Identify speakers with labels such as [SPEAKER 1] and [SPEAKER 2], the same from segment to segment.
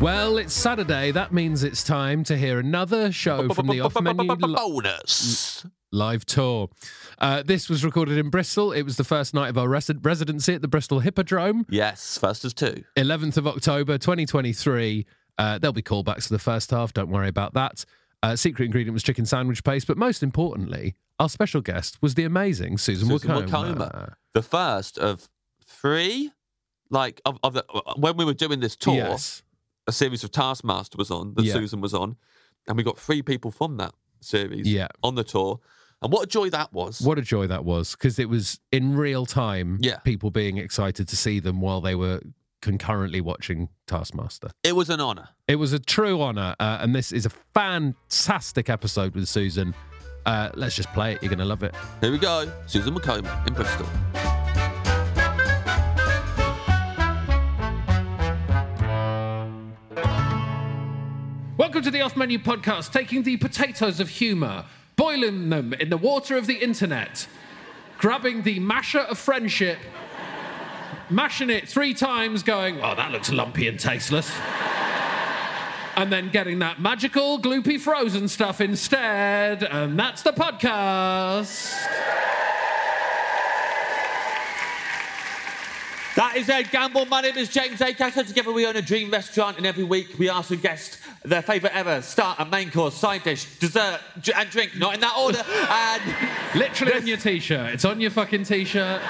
[SPEAKER 1] Well, it's Saturday. That means it's time to hear another show from the off menu
[SPEAKER 2] bonus.
[SPEAKER 1] live tour. Uh, this was recorded in Bristol. It was the first night of our res- residency at the Bristol Hippodrome,
[SPEAKER 2] Yes, first of two.
[SPEAKER 1] 11th of October 2023. Uh, there'll be callbacks to the first half. Don't worry about that. Uh, secret ingredient was chicken sandwich paste, but most importantly, our special guest was the amazing Susan,
[SPEAKER 2] Susan
[SPEAKER 1] Wakoma.
[SPEAKER 2] Wakoma. The first of three. Like of, of the, when we were doing this tour,
[SPEAKER 1] Yes.
[SPEAKER 2] a series of Taskmaster was on that
[SPEAKER 1] Yeah.
[SPEAKER 2] Susan was on, and we got three people from that series
[SPEAKER 1] Yeah.
[SPEAKER 2] on the tour. And what a joy that was!
[SPEAKER 1] What a joy that was because it was in real time.
[SPEAKER 2] Yeah.
[SPEAKER 1] people being excited to see them while they were concurrently watching Taskmaster.
[SPEAKER 2] It was an honour.
[SPEAKER 1] It was a true honour, uh, and this is a fantastic episode with Susan. Uh, let's just play it. You're going to love it.
[SPEAKER 2] Here we go, Susan McComb in Bristol.
[SPEAKER 1] Welcome to the Off Menu Podcast, taking the potatoes of humour, boiling them in the water of the internet, grabbing the masher of friendship, mashing it three times, going, oh, that looks lumpy and tasteless. And then getting that magical, gloopy, frozen stuff instead. And that's the podcast.
[SPEAKER 3] That is Ed Gamble. My name is James A. Castle. Together we own a dream restaurant, and every week we ask a guest their favourite ever start, a main course, side dish, dessert, dr- and drink. Not in that order. and
[SPEAKER 1] Literally on your t shirt. It's on your fucking t shirt.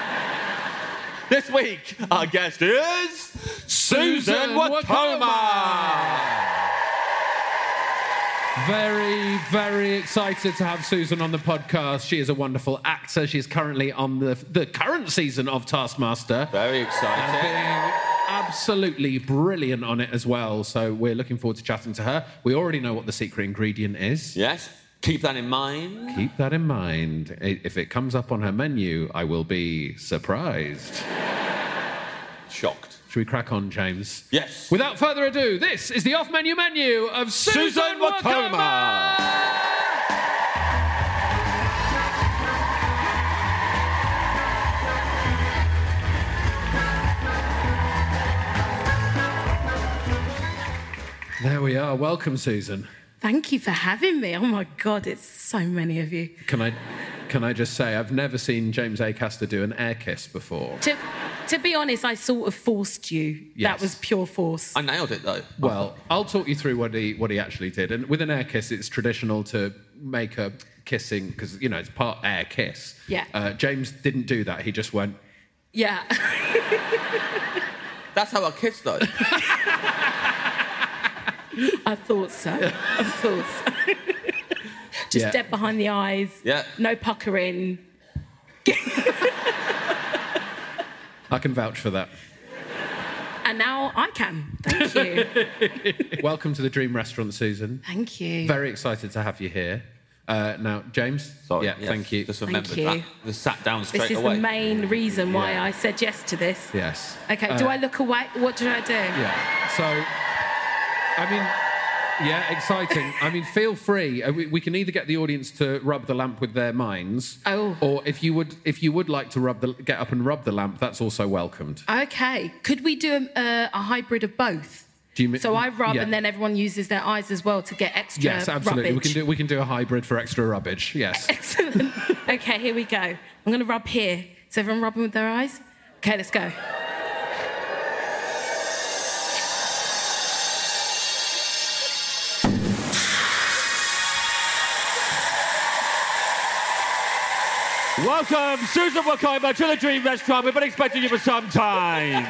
[SPEAKER 3] this week our guest is Susan Watoma.
[SPEAKER 1] Very, very excited to have Susan on the podcast. She is a wonderful actor. She is currently on the, the current season of Taskmaster.
[SPEAKER 3] Very
[SPEAKER 1] and
[SPEAKER 3] exciting.
[SPEAKER 1] being absolutely brilliant on it as well. So we're looking forward to chatting to her. We already know what the secret ingredient is.
[SPEAKER 3] Yes, keep that in mind.
[SPEAKER 1] Keep that in mind. I- If it comes up on her menu, I will be surprised.
[SPEAKER 3] Shocked.
[SPEAKER 1] Should we crack on, James?
[SPEAKER 3] Yes.
[SPEAKER 1] Without further ado, this is the off menu menu of Susan,
[SPEAKER 3] Susan
[SPEAKER 1] Wakoma. There we are. Welcome, Susan.
[SPEAKER 4] Thank you for having me. Oh my God, it's so many of you.
[SPEAKER 1] Can I, can I just say, I've never seen James Acaster do an air kiss before.
[SPEAKER 4] To, to be honest, I sort of forced you.
[SPEAKER 1] Yes.
[SPEAKER 4] That was pure force.
[SPEAKER 3] I nailed it though.
[SPEAKER 1] Well, I'll talk you through what he what he actually did. And with an air kiss, it's traditional to make a kissing because you know it's part air kiss.
[SPEAKER 4] Yeah.
[SPEAKER 1] Uh, James didn't do that. He just went.
[SPEAKER 4] yeah.
[SPEAKER 3] That's how I kiss though.
[SPEAKER 4] I thought so. I thought so. Just
[SPEAKER 1] Yeah.
[SPEAKER 4] dead behind the eyes.
[SPEAKER 3] Yeah.
[SPEAKER 4] No puckering.
[SPEAKER 1] I can vouch for that.
[SPEAKER 4] And now I can. Thank you.
[SPEAKER 1] Welcome to the Dream Restaurant, Susan.
[SPEAKER 4] Thank you.
[SPEAKER 1] Very excited to have you here. Uh, now, James.
[SPEAKER 3] Sorry.
[SPEAKER 1] Yeah,
[SPEAKER 3] yes,
[SPEAKER 1] thank you.
[SPEAKER 3] Just remembered
[SPEAKER 4] you.
[SPEAKER 3] that. Just sat down straight
[SPEAKER 4] this is
[SPEAKER 3] away.
[SPEAKER 4] the main reason why
[SPEAKER 1] Yeah.
[SPEAKER 4] I said yes to this.
[SPEAKER 1] Yes.
[SPEAKER 4] Okay,
[SPEAKER 1] Uh,
[SPEAKER 4] do I look away? What do I do?
[SPEAKER 1] Yeah. So, I mean, yeah, exciting. I mean, feel free. Uh, We, we can either get the audience to rub the lamp with their minds,
[SPEAKER 4] Oh.
[SPEAKER 1] or if you would, if you would like to rub the, get up and rub the lamp, that's also welcomed.
[SPEAKER 4] Okay, could we do a, uh, a hybrid of both?
[SPEAKER 1] Do you mi-
[SPEAKER 4] so I rub
[SPEAKER 1] yeah.
[SPEAKER 4] and then everyone uses their eyes as well to get extra
[SPEAKER 1] Yes, absolutely. We
[SPEAKER 4] rubbish.
[SPEAKER 1] can do we can do a hybrid for extra rubbish. Yes.
[SPEAKER 4] Excellent. okay, here we go. I'm going to rub here. Is everyone rubbing with their eyes? Okay, let's go.
[SPEAKER 3] Welcome, Susan Wakaiba, to the Dream Restaurant. We've been expecting you for some time.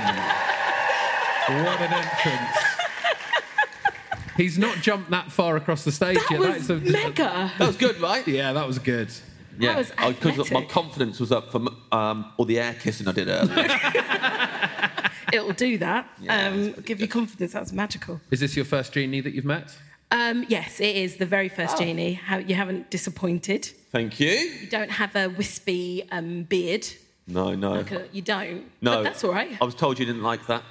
[SPEAKER 1] What an entrance. He's not jumped that far across the stage
[SPEAKER 4] That
[SPEAKER 1] yet.
[SPEAKER 4] was
[SPEAKER 1] That is a-
[SPEAKER 4] mega.
[SPEAKER 3] that was good, right?
[SPEAKER 1] yeah, that was good.
[SPEAKER 3] Yeah,
[SPEAKER 4] was
[SPEAKER 3] I- 'cause
[SPEAKER 4] athletic.
[SPEAKER 3] my confidence was up from um, all the air kissing I did earlier.
[SPEAKER 4] It'll do that.
[SPEAKER 3] Yeah,
[SPEAKER 4] um,
[SPEAKER 3] that's
[SPEAKER 4] give you confidence. That's magical.
[SPEAKER 1] Is this your first genie that you've met?
[SPEAKER 4] Um, yes, it is the very
[SPEAKER 3] Oh.
[SPEAKER 4] first genie. How you haven't disappointed.
[SPEAKER 3] Thank you.
[SPEAKER 4] You don't have a wispy um, beard.
[SPEAKER 3] No, no.
[SPEAKER 4] Like a- you don't.
[SPEAKER 3] No.
[SPEAKER 4] But that's all right.
[SPEAKER 3] I was told you didn't like that.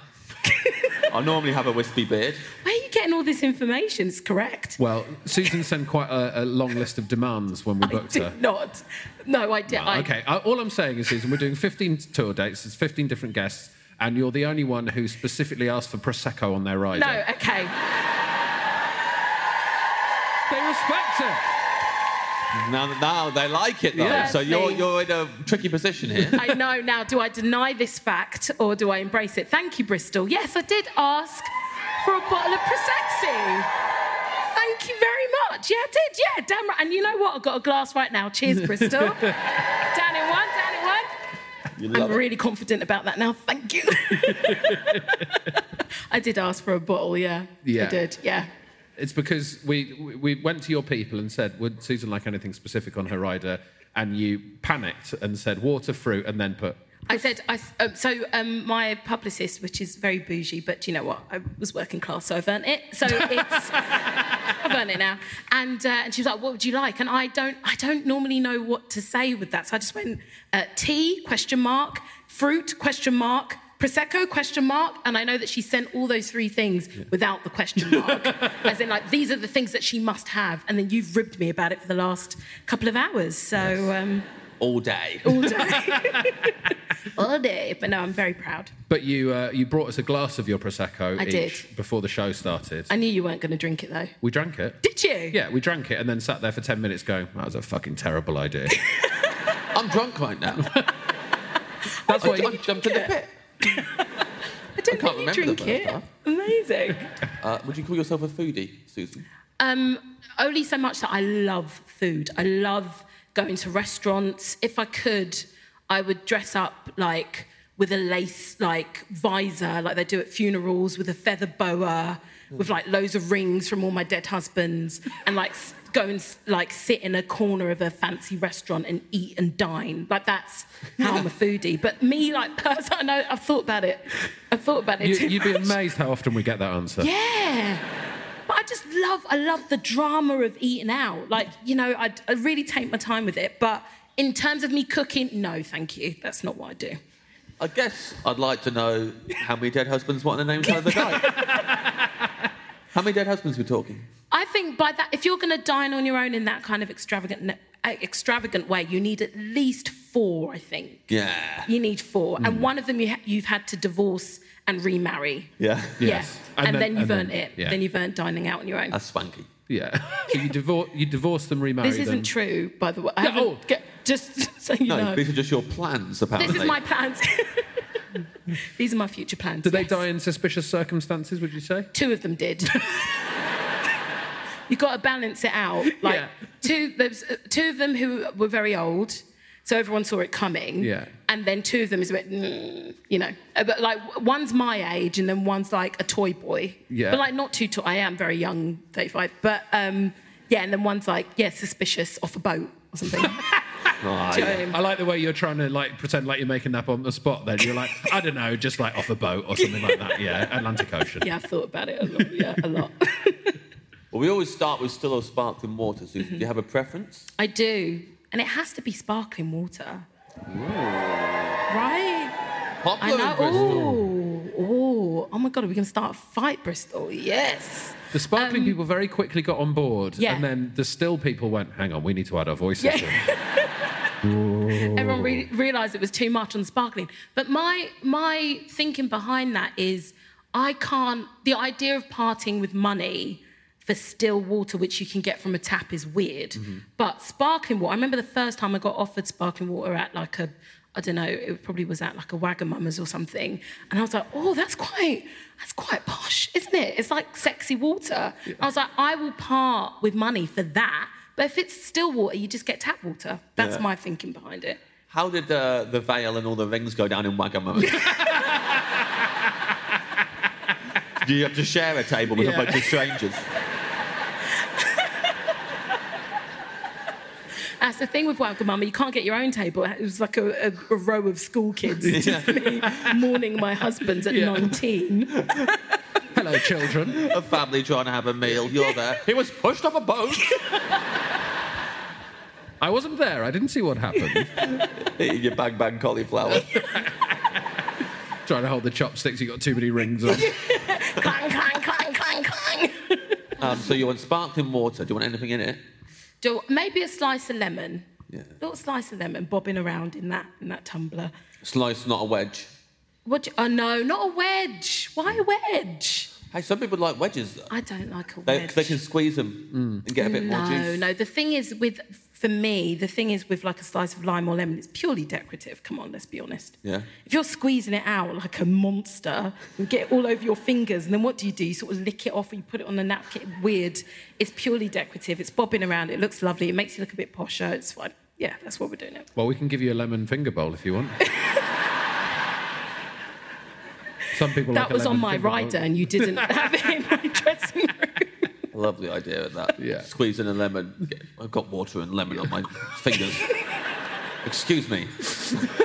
[SPEAKER 3] I normally have a wispy beard.
[SPEAKER 4] Where are you getting all this information? It's correct.
[SPEAKER 1] Well, Susan sent quite a, a long list of demands when we
[SPEAKER 4] I
[SPEAKER 1] booked her.
[SPEAKER 4] did not. No, I did. I,
[SPEAKER 1] Okay, uh, all I'm saying is, Susan, we're doing 15 tour dates, it's 15 different guests, and you're the only one who specifically asked for Prosecco on their rider.
[SPEAKER 4] No, okay.
[SPEAKER 1] They respect it.
[SPEAKER 3] Now, now they like it, though.
[SPEAKER 1] Yeah.
[SPEAKER 3] So you're,
[SPEAKER 4] Firstly-
[SPEAKER 3] you're in a tricky position here.
[SPEAKER 4] I know now. Do I deny this fact or do I embrace it? Thank you, Bristol. Yes, I did ask for a bottle of Prosecco. Thank you very much. Yeah, I did. Yeah, damn right. And you know what? I've got a glass right now. Cheers, Bristol. down in one, down in one.
[SPEAKER 3] You
[SPEAKER 4] I'm
[SPEAKER 3] love it.
[SPEAKER 4] really confident about that now. Thank you. I did ask for a bottle, yeah.
[SPEAKER 1] Yeah.
[SPEAKER 4] I did, yeah.
[SPEAKER 1] It's because we, we- we went to your people and said, would Susan like anything specific on her rider? And you panicked and said water, fruit, and then put.
[SPEAKER 4] I said, I, um, so um, my publicist, which is very bougie, but do you know what? I was working class, so I've earned it. So it's, I've earned it now. And, uh, and she was like, what would you like? And I don't, I don't normally know what to say with that. So I just went, uh, tea, question mark, fruit, question mark, Prosecco, question mark. And I know that she sent all those three things without the question mark. as in like, these are the things that she must have. And then you've ribbed me about it for the last couple of hours. So... Um,
[SPEAKER 3] All day.
[SPEAKER 4] all day. all day. But no, I'm very proud.
[SPEAKER 1] But you, uh, you brought us a glass of your Prosecco
[SPEAKER 4] I
[SPEAKER 1] each
[SPEAKER 4] did.
[SPEAKER 1] before the show started.
[SPEAKER 4] I knew you weren't going to drink it though.
[SPEAKER 1] we drank it.
[SPEAKER 4] Did you?
[SPEAKER 1] Yeah, we drank it and then sat there for 10 minutes going, that was a fucking terrible idea.
[SPEAKER 3] I'm drunk right now.
[SPEAKER 1] That's why
[SPEAKER 3] I
[SPEAKER 1] you,
[SPEAKER 3] jumped in the pit.
[SPEAKER 4] I don't
[SPEAKER 3] I
[SPEAKER 4] think
[SPEAKER 3] can't
[SPEAKER 4] you
[SPEAKER 3] remember the
[SPEAKER 4] drink
[SPEAKER 3] first
[SPEAKER 4] it.
[SPEAKER 3] half.
[SPEAKER 4] Amazing.
[SPEAKER 3] Uh, would you call yourself a foodie, Susan?
[SPEAKER 4] Um, only so much that I love food. I love going to restaurants. If I could, I would dress up like with a lace like visor, like they do at funerals, with a feather boa, with like loads of rings from all my dead husbands, and like s- go and s- like sit in a corner of a fancy restaurant and eat and dine. Like that's how I'm a foodie. But me, like person, I know I've thought about it. I've thought about it. too
[SPEAKER 1] you, would be
[SPEAKER 4] much.
[SPEAKER 1] amazed how often we get that answer.
[SPEAKER 4] Yeah. But I just love, I love the drama of eating out. Like, you know, I, I really take my time with it. But in terms of me cooking, no, thank you. That's not what I do.
[SPEAKER 3] I guess I'd like to know how many dead husbands, what are the names of the guy? how many dead husbands we're talking?
[SPEAKER 4] I think by that, if you're going to dine on your own in that kind of extravagant, uh, extravagant way, you need at least four, I think.
[SPEAKER 3] Yeah.
[SPEAKER 4] You need four. And one of them you ha- you've had to divorce and remarry.
[SPEAKER 3] Yeah.
[SPEAKER 1] Yes.
[SPEAKER 4] Yeah. And,
[SPEAKER 1] And
[SPEAKER 4] then,
[SPEAKER 1] then-
[SPEAKER 4] you've
[SPEAKER 1] and
[SPEAKER 4] earned
[SPEAKER 1] then-
[SPEAKER 4] it.
[SPEAKER 1] yeah.
[SPEAKER 4] Then you've earned dining out on your own.
[SPEAKER 3] That's swanky.
[SPEAKER 1] Yeah. so you divorce, you divorce them, remarry
[SPEAKER 4] this
[SPEAKER 1] them.
[SPEAKER 4] isn't true, by the way. I
[SPEAKER 1] No.
[SPEAKER 4] haven't g- just so you
[SPEAKER 3] No,
[SPEAKER 4] know.
[SPEAKER 3] these are just your plans, apparently.
[SPEAKER 4] This is my plans. These are my future plans.
[SPEAKER 1] Did they
[SPEAKER 4] yes.
[SPEAKER 1] die in suspicious circumstances, would you say?
[SPEAKER 4] Two of them did. you got to balance it out. Like
[SPEAKER 1] Yeah.
[SPEAKER 4] two, there was, uh, two of them who were very old, so everyone saw it coming.
[SPEAKER 1] Yeah.
[SPEAKER 4] And then two of them is a bit, mm, you know, Uh, but like one's my age and then one's like a toy boy.
[SPEAKER 1] Yeah.
[SPEAKER 4] But like not too toy. I am very young, 35. But um, yeah, and then one's like yeah, suspicious off a boat or something.
[SPEAKER 3] Oh,
[SPEAKER 4] Do you know what I mean?
[SPEAKER 1] I like the way you're trying to like pretend like you're making that up on the spot. Then you're like, I don't know, just like off a boat or something like that. Yeah, Atlantic Ocean.
[SPEAKER 4] Yeah, I've thought about it a lot. Yeah, a lot.
[SPEAKER 3] Well, we always start with still or sparkling water. So, do you have a preference?
[SPEAKER 4] I do. And it has to be sparkling water. Right? I
[SPEAKER 3] Popular in
[SPEAKER 4] know.
[SPEAKER 3] Bristol.
[SPEAKER 4] Ooh, ooh. Oh my God, are we going to start a fight, Bristol? Yes.
[SPEAKER 1] The sparkling
[SPEAKER 4] Um,
[SPEAKER 1] people very quickly got on board,
[SPEAKER 4] Yeah.
[SPEAKER 1] and then the still people went, "Hang on, we need to add our voices."
[SPEAKER 4] Yeah.
[SPEAKER 1] in."
[SPEAKER 4] Everyone re- realised it was too much on sparkling. But my my thinking behind that is, I can't. The idea of parting with money for still water, which you can get from a tap, is weird. But sparkling water. I remember the first time I got offered sparkling water at like a. I don't know. It probably was at like a Wagamama's or something, and I was like, "Oh, that's quite, that's quite posh, isn't it? It's like sexy water." I was like, "I will part with money for that, but if it's still water, you just get tap water." That's my thinking behind it.
[SPEAKER 3] How did uh, the veil and all the rings go down in Wagamama? Do you have to share a table with
[SPEAKER 1] Yeah.
[SPEAKER 3] a bunch of strangers?
[SPEAKER 4] That's the thing with Wagamama. You can't get your own table. It was like a, a, a row of school kids, just me mourning my husband at
[SPEAKER 1] Yeah.
[SPEAKER 4] 19.
[SPEAKER 1] Hello, children.
[SPEAKER 3] a family trying to have a meal. You're there. He was pushed off a boat.
[SPEAKER 1] I wasn't there. I didn't see what happened.
[SPEAKER 3] Eating your bang bang cauliflower.
[SPEAKER 1] Trying to hold the chopsticks. You got too many rings on.
[SPEAKER 4] clang, clang, clang, clang, clang.
[SPEAKER 3] Um, so you want sparkling water? Do you want anything in it?
[SPEAKER 4] Do, maybe a slice of lemon.
[SPEAKER 3] Yeah.
[SPEAKER 4] Little slice of lemon bobbing around in that in that tumbler.
[SPEAKER 3] Slice, not a wedge.
[SPEAKER 4] What? Do, oh no, not a wedge. Why a wedge?
[SPEAKER 3] Hey, some people like wedges.
[SPEAKER 4] I don't like a
[SPEAKER 3] They,
[SPEAKER 4] wedge.
[SPEAKER 3] they can squeeze them and get a bit more
[SPEAKER 4] No,
[SPEAKER 3] juice.
[SPEAKER 4] no. The thing is with for me, the thing is with like a slice of lime or lemon, it's purely decorative. Come on, let's be honest.
[SPEAKER 3] Yeah.
[SPEAKER 4] If you're squeezing it out like a monster, you get it all over your fingers, and then what do you do? You sort of lick it off and you put it on the napkin. Weird. It's purely decorative. It's bobbing around. It looks lovely. It makes you look a bit posher. It's fine. Yeah, that's what we're doing now.
[SPEAKER 1] Well, we can give you a lemon finger bowl if you want. Some people. like
[SPEAKER 4] that
[SPEAKER 1] a
[SPEAKER 4] was on
[SPEAKER 1] lemon
[SPEAKER 4] my
[SPEAKER 1] finger bowl.
[SPEAKER 4] rider, and you didn't have it in my dressing room.
[SPEAKER 3] I love the idea of that.
[SPEAKER 1] Yeah.
[SPEAKER 3] Squeezing a lemon. I've got water and lemon on my fingers. Excuse me. Can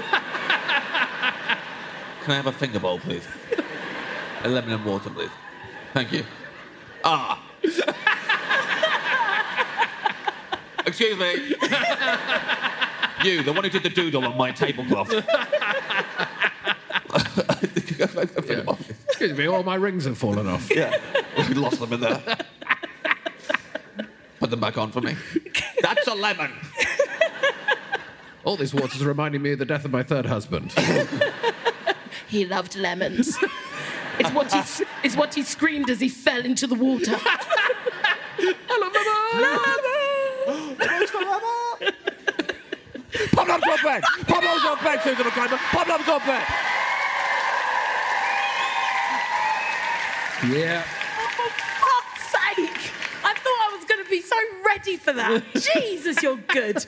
[SPEAKER 3] I have a finger bowl, please? A lemon and water, please. Thank you. Ah. Excuse me. you, the one who did the doodle on my tablecloth.
[SPEAKER 1] Oh, Yeah. Excuse me, all my rings have fallen off.
[SPEAKER 3] Yeah. we lost them in there. Put them back on for me. That's a lemon.
[SPEAKER 1] All this water's reminding me of the death of my third husband.
[SPEAKER 4] He loved lemons. It's what, he, s- it's what he screamed as he fell into the water.
[SPEAKER 3] Pop lumps off bed. Pop lumps off bed, Susan McClymber. Pop lumps off bed.
[SPEAKER 1] yeah.
[SPEAKER 4] For fuck's sake! I thought I was going to be so ready for that. Jesus, you're good.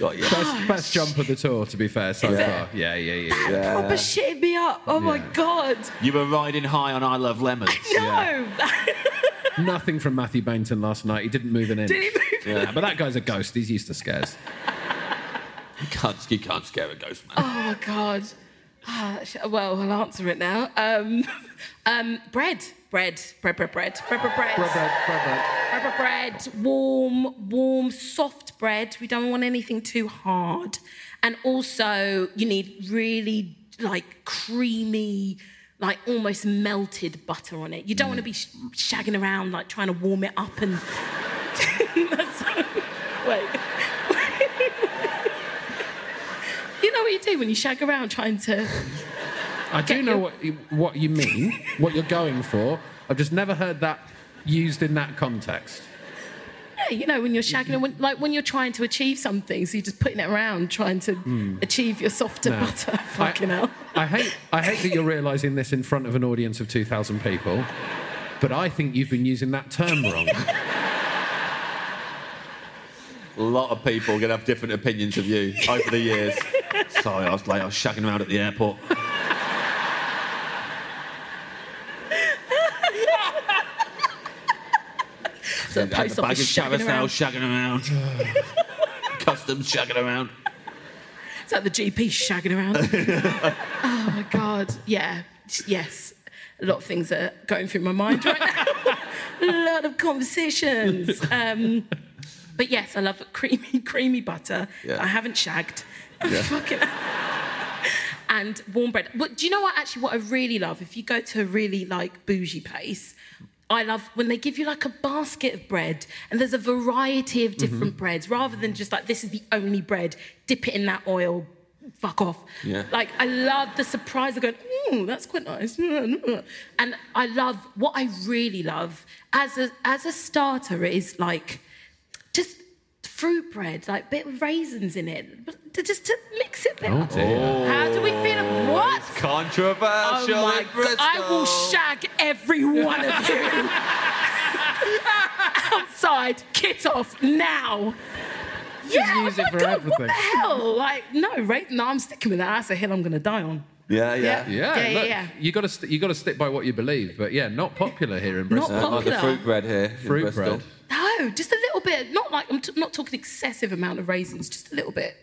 [SPEAKER 3] Got you.
[SPEAKER 1] Best, best jump of the tour, to be fair, so far. Yeah, yeah, yeah. yeah.
[SPEAKER 4] Proper shitting me up. Oh my god.
[SPEAKER 3] You were riding high on I Love Lemons.
[SPEAKER 4] No.
[SPEAKER 1] Nothing from Matthew Bainton last night. He didn't move an inch.
[SPEAKER 4] Did he move?
[SPEAKER 1] Yeah, but that guy's a ghost. He's used to scares.
[SPEAKER 3] You can't, you can't scare a ghost, man.
[SPEAKER 4] Oh my god. Ah, sh- well, I'll answer it now. Um, um, bread. Bread. Bread. Bread. Bread. Bread. Bread. Bread. Bread, bread, bread, warm, warm, soft bread. We don't want anything too hard. And also, you need really like creamy, like almost melted butter on it. You don't want to be sh- shagging around like trying to warm it up and. That's... Wait. you know what you do when you shag around trying to.
[SPEAKER 1] I do know what you, what you mean, what you're going for. I've just never heard that used in that context.
[SPEAKER 4] Yeah, you know, when you're shagging, when, like when you're trying to achieve something, so you're just putting it around, trying to achieve your softer
[SPEAKER 1] No.
[SPEAKER 4] butter. Fucking
[SPEAKER 1] I,
[SPEAKER 4] hell.
[SPEAKER 1] Hmm. I hate, I hate that you're realising this in front of an audience of 2,000 people, but I think you've been using that term wrong.
[SPEAKER 3] A lot of people going to have different opinions of you over the years. Sorry, I was late. I was shagging around at the airport.
[SPEAKER 4] So the
[SPEAKER 3] Had
[SPEAKER 4] post
[SPEAKER 3] the bag of
[SPEAKER 4] office shagging
[SPEAKER 3] carousel
[SPEAKER 4] around.
[SPEAKER 3] shagging around. Customs shagging around.
[SPEAKER 4] It's like the GP shagging around. oh my God. Yeah. Yes. A lot of things are going through my mind right now. a lot of conversations. Um, but yes, I love creamy, creamy butter.
[SPEAKER 3] Yeah.
[SPEAKER 4] I haven't shagged. Fucking. and warm bread. But do you know what? Actually, what I really love if you go to a really like bougie place. I love when they give you like a basket of bread and there's a variety of different breads rather than just like this is the only bread, dip it in that oil, fuck off.
[SPEAKER 3] Yeah.
[SPEAKER 4] Like I love the surprise of going, mm, that's quite nice. And I love what I really love as a as a starter is like just fruit bread, like bit of raisins in it, but to- just to mix it. Oh How do we feel? ab- What? Oh
[SPEAKER 3] Controversial.
[SPEAKER 4] my
[SPEAKER 3] in
[SPEAKER 4] god! I will
[SPEAKER 3] Bristol.
[SPEAKER 4] shag every one of you. Outside, kit off now. Yeah,
[SPEAKER 1] use
[SPEAKER 4] oh
[SPEAKER 1] it
[SPEAKER 4] my
[SPEAKER 1] for
[SPEAKER 4] god, what
[SPEAKER 1] everything.
[SPEAKER 4] the hell? Like, no, right? No, I'm sticking with that. That's a hill I'm gonna die on.
[SPEAKER 3] Yeah, yeah.
[SPEAKER 1] Yeah,
[SPEAKER 4] Yeah, yeah,
[SPEAKER 1] look,
[SPEAKER 4] yeah.
[SPEAKER 1] you got to st- you got to stick by what you believe. But yeah, not popular here in
[SPEAKER 4] Not
[SPEAKER 1] Bristol.
[SPEAKER 3] I Uh, like the
[SPEAKER 4] popular.
[SPEAKER 3] fruit bread here. in
[SPEAKER 1] Fruit
[SPEAKER 3] Bristol.
[SPEAKER 1] bread.
[SPEAKER 4] No, just a little bit. Not like I'm t- not talking excessive amount of raisins. Just a little bit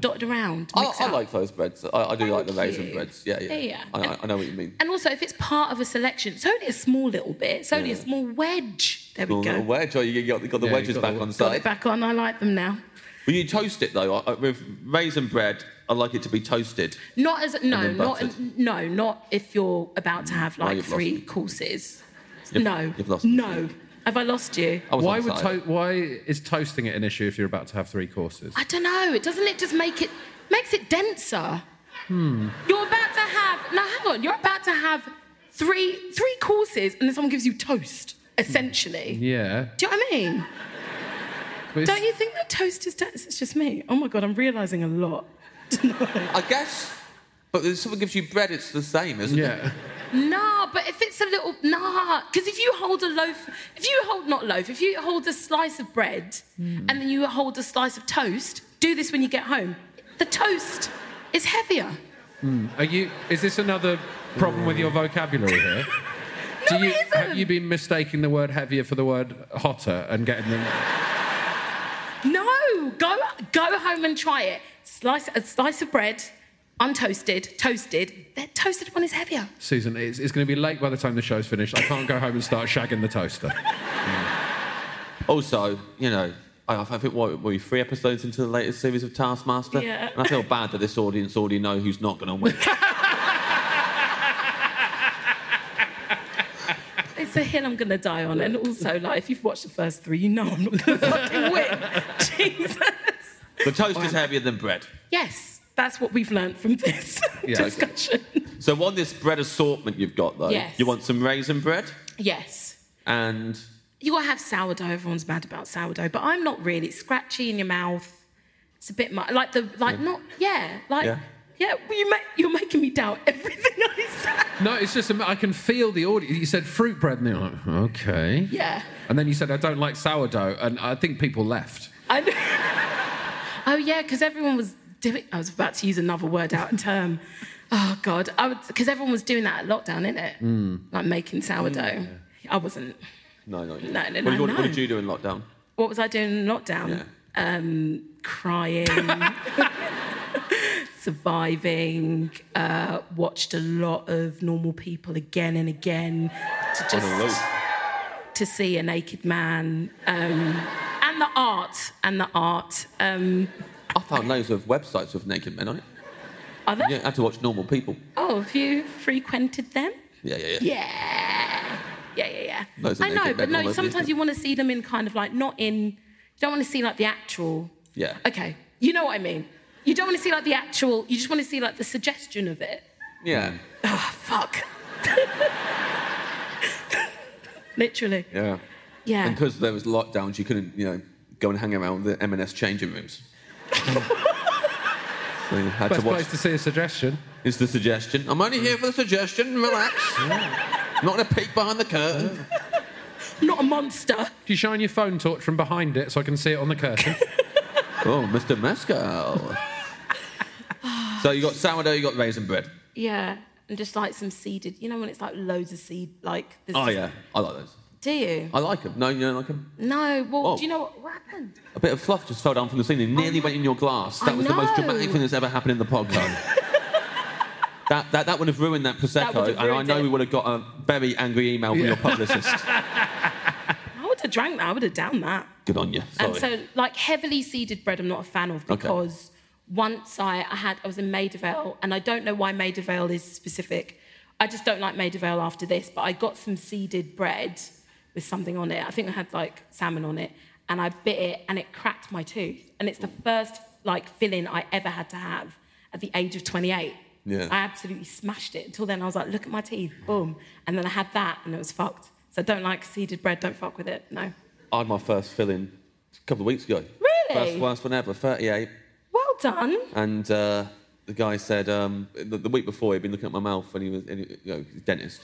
[SPEAKER 4] dotted around.
[SPEAKER 3] I,
[SPEAKER 4] mix it
[SPEAKER 3] Mm. Oh, I
[SPEAKER 4] up.
[SPEAKER 3] like those breads. I, I do like the
[SPEAKER 4] Thank
[SPEAKER 3] raisin
[SPEAKER 4] you.
[SPEAKER 3] breads. Yeah, yeah.
[SPEAKER 4] Yeah, yeah.
[SPEAKER 3] I- I, I know what you mean.
[SPEAKER 4] And also, if it's part of a selection, it's only a small little bit. It's only a small wedge. There
[SPEAKER 3] Well,
[SPEAKER 4] we go.
[SPEAKER 3] little wedge, or you got, you got the
[SPEAKER 1] Yeah,
[SPEAKER 3] wedges
[SPEAKER 1] you got
[SPEAKER 3] back
[SPEAKER 1] the-
[SPEAKER 3] on
[SPEAKER 4] Got it
[SPEAKER 3] side.
[SPEAKER 4] back on. I like them now.
[SPEAKER 3] Will you toast it though? I- I- With raisin bread, I like it to be toasted.
[SPEAKER 4] Not as no,
[SPEAKER 3] then
[SPEAKER 4] not
[SPEAKER 3] buttered.
[SPEAKER 4] no, not if you're about to have like
[SPEAKER 3] you've lost
[SPEAKER 4] three
[SPEAKER 3] me.
[SPEAKER 4] courses.
[SPEAKER 3] You've-
[SPEAKER 4] no,
[SPEAKER 3] you've lost me.
[SPEAKER 4] no. Have I lost you?
[SPEAKER 3] I was
[SPEAKER 1] Why
[SPEAKER 3] on
[SPEAKER 1] would
[SPEAKER 3] side.
[SPEAKER 1] to- why is toasting it an issue if you're about to have three courses?
[SPEAKER 4] I don't know. It doesn't it just make it makes it denser.
[SPEAKER 1] Hmm.
[SPEAKER 4] You're about to have now. Hang on. You're about to have three three courses, and then someone gives you toast. Essentially,
[SPEAKER 1] Yeah,
[SPEAKER 4] do you know what I mean?
[SPEAKER 1] but it's-
[SPEAKER 4] Don't you think that toast is dense? It's just me. Oh my god, I'm realizing a lot.
[SPEAKER 3] I guess. But if someone gives you bread, it's the same, isn't it?
[SPEAKER 1] yeah.
[SPEAKER 4] Nah, but if it's a little nah, because if you hold a loaf, if you hold not loaf, if you hold a slice of bread and then you hold a slice of toast, do this when you get home. The toast is heavier.
[SPEAKER 1] Hmm. Are you? Is this another problem with your vocabulary here? Do
[SPEAKER 4] No,
[SPEAKER 1] you,
[SPEAKER 4] it
[SPEAKER 1] have
[SPEAKER 4] isn't.
[SPEAKER 1] you been mistaking the word heavier for the word hotter and getting them?
[SPEAKER 4] No, go go home and try it. Slice a slice of bread, untoasted, toasted. That toasted one is heavier.
[SPEAKER 1] Susan, it's, it's going to be late by the time the show's finished. I can't go home and start shagging the toaster.
[SPEAKER 3] Also, you know, I, I think what were we three episodes into the latest series of Taskmaster?
[SPEAKER 4] Yeah.
[SPEAKER 3] And I feel bad that this audience already know who's not going to win.
[SPEAKER 4] It's a hill I'm gonna die on, and also like if you've watched the first three, you know I'm not gonna fucking win. Jesus.
[SPEAKER 3] the toast is heavier than bread.
[SPEAKER 4] Yes, that's what we've learned from this
[SPEAKER 1] okay.
[SPEAKER 4] discussion.
[SPEAKER 3] So on this bread assortment you've got though,
[SPEAKER 4] Yes.
[SPEAKER 3] you want some raisin bread
[SPEAKER 4] Yes.
[SPEAKER 3] and
[SPEAKER 4] You gotta have sourdough. Everyone's mad about sourdough, but I'm not really. It's scratchy in your mouth. It's a bit much. Like the like not yeah like
[SPEAKER 3] Yeah.
[SPEAKER 4] yeah. well, you make, you're making me doubt everything I said.
[SPEAKER 1] No, it's just I can feel the audience. You said fruit bread, and they're like, okay.
[SPEAKER 4] Yeah.
[SPEAKER 1] And then you said I don't like sourdough, and I think people left.
[SPEAKER 4] I- oh yeah, because everyone was doing. I was about to use another word out of term. Oh god, I because everyone was doing that at lockdown, isn't it? Like making sourdough. I wasn't.
[SPEAKER 3] hmm. no, no,
[SPEAKER 4] No, no,
[SPEAKER 3] what,
[SPEAKER 4] no,
[SPEAKER 3] did you- what
[SPEAKER 4] no.
[SPEAKER 3] did you do in lockdown?
[SPEAKER 4] What was I doing in lockdown? Um, crying, surviving. Uh, watched a lot of normal people again and again to
[SPEAKER 3] On a rope.
[SPEAKER 4] just to see a naked man um, and the art and the art. Um,
[SPEAKER 3] I found loads of websites with naked men on it.
[SPEAKER 4] are there?
[SPEAKER 3] Yeah, I had to watch normal people.
[SPEAKER 4] Oh, have you frequented them?
[SPEAKER 3] Yeah, yeah, yeah.
[SPEAKER 4] Yeah. Yeah, yeah, yeah.
[SPEAKER 3] Those are
[SPEAKER 4] I know,
[SPEAKER 3] naked
[SPEAKER 4] but
[SPEAKER 3] men,
[SPEAKER 4] no,
[SPEAKER 3] obviously.
[SPEAKER 4] sometimes you want to see them in kind of like, not in, you don't want to see like the actual.
[SPEAKER 3] Yeah.
[SPEAKER 4] Okay, you know what I mean. You don't want to see like the actual, you just want to see like the suggestion of it.
[SPEAKER 3] Yeah.
[SPEAKER 4] Oh, fuck. Literally.
[SPEAKER 3] Yeah.
[SPEAKER 4] Yeah.
[SPEAKER 3] And because there was lockdowns, you couldn't, you know, go and hang around the M&S changing rooms. so you had
[SPEAKER 1] Best
[SPEAKER 3] to watch.
[SPEAKER 1] place to see a suggestion.
[SPEAKER 3] It's the suggestion. I'm only here for the suggestion. Relax. Not gonna peek behind the curtain.
[SPEAKER 4] not a monster.
[SPEAKER 1] Do you shine your phone torch from behind it so I can see it on the curtain?
[SPEAKER 3] Oh, Mr. Mescal. so you got sourdough, you got raisin bread.
[SPEAKER 4] Oh, Yeah. And just like some seeded, you know, when it's like loads of seed, like this.
[SPEAKER 3] Oh yeah, I like those.
[SPEAKER 4] Do you?
[SPEAKER 3] I like them. No, you don't like them?
[SPEAKER 4] No. Well,
[SPEAKER 3] Oh.
[SPEAKER 4] do you know what, what happened?
[SPEAKER 3] A bit of fluff just fell down from the ceiling, nearly went in your glass. That
[SPEAKER 4] I
[SPEAKER 3] was the most
[SPEAKER 4] know.
[SPEAKER 3] dramatic thing that's ever happened in the podcast. that, that, that would have ruined that Prosecco,
[SPEAKER 4] That would have
[SPEAKER 3] and I
[SPEAKER 4] ruined
[SPEAKER 3] know
[SPEAKER 4] it.
[SPEAKER 3] we would have got a very angry email from your publicist.
[SPEAKER 4] I would have drank that. I would have downed that.
[SPEAKER 3] Good on you. Sorry.
[SPEAKER 4] And so, like heavily seeded bread, I'm not a fan of
[SPEAKER 3] Okay.
[SPEAKER 4] because once I, I had, I was in Maida Vale, and I don't know why Maida Vale is specific. I just don't like Maida Vale after this, but I got some seeded bread with something on it. I think I had like salmon on it, and I bit it, and it cracked my tooth. And it's the first like filling I ever had to have at the age of 28.
[SPEAKER 3] Yeah.
[SPEAKER 4] I absolutely smashed it. Until then, I was like, look at my teeth, boom. And then I had that, and it was fucked. So I don't like seeded bread. Don't fuck with it. No.
[SPEAKER 3] I had my first filling a couple of weeks ago.
[SPEAKER 4] Really?
[SPEAKER 3] First, worst one ever, 38.
[SPEAKER 4] Well done.
[SPEAKER 3] And uh, the guy said, um, the, the week before, he'd been looking at my mouth and he was, and he, you know, he's a dentist.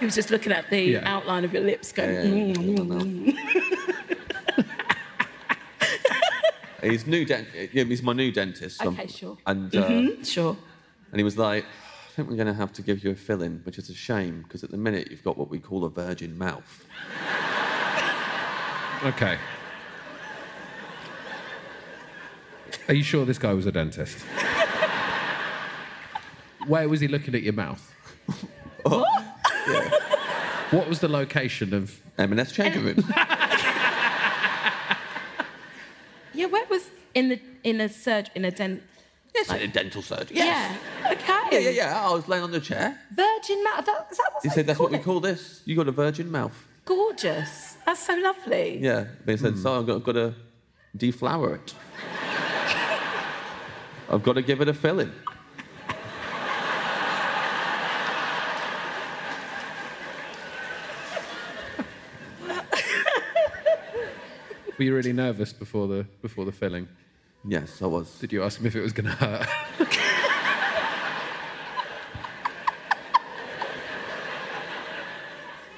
[SPEAKER 4] He was just looking at the outline of your lips, going.
[SPEAKER 3] Yeah, yeah, yeah.
[SPEAKER 4] "Mm, mm, mm."
[SPEAKER 3] He's new dent- yeah, he's my new dentist. um,
[SPEAKER 4] Okay, sure.
[SPEAKER 3] And uh,
[SPEAKER 4] Sure.
[SPEAKER 3] and he was like, I think we're going to have to give you a filling, which is a shame because at the minute you've got what we call a virgin mouth.
[SPEAKER 1] Okay. Are you sure this guy was a dentist? Where was he looking at your mouth?
[SPEAKER 3] Oh,
[SPEAKER 1] What? was the location of?
[SPEAKER 3] M&S changing room.
[SPEAKER 4] Yeah, where was in the in a surge in a dent?
[SPEAKER 3] yes, a dental surgeon. Yes.
[SPEAKER 4] Yeah. Okay.
[SPEAKER 3] Yeah, yeah, yeah. I was laying on the chair.
[SPEAKER 4] Virgin mouth. That, is that what
[SPEAKER 3] He said, that's what we
[SPEAKER 4] it?
[SPEAKER 3] call this. You got a virgin mouth.
[SPEAKER 4] Gorgeous. That's so lovely.
[SPEAKER 3] Yeah. But he said, so I've got, I've got to deflower it. I've got to give it a filling.
[SPEAKER 1] Were you really nervous before the before the filling?
[SPEAKER 3] Yes, I was.
[SPEAKER 1] Did you ask him if it was going to hurt?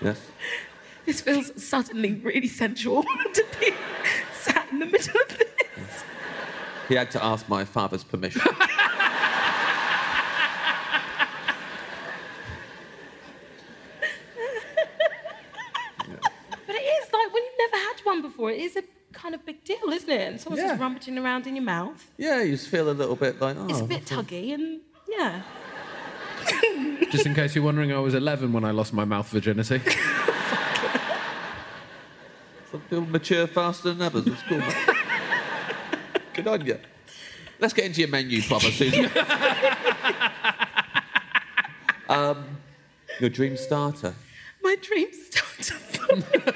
[SPEAKER 3] Yes.
[SPEAKER 4] This feels suddenly really sensual to be sat in the middle of this.
[SPEAKER 3] He had to ask my father's permission.
[SPEAKER 4] But it is like when you've never had one before. It is a kind of big deal, isn't it? And someone's just
[SPEAKER 3] Yeah.
[SPEAKER 4] rummaging around in your mouth.
[SPEAKER 3] yeah, you just feel a little bit like, oh.
[SPEAKER 4] It's a bit tuggy and yeah.
[SPEAKER 1] Just in case you're wondering, I was 11 when I lost my mouth virginity.
[SPEAKER 3] Some people mature faster than others. It's cool, mate. Good on you. Let's get into your menu proper, Susan. um, Um, your dream starter.
[SPEAKER 4] My dreams start to follow me.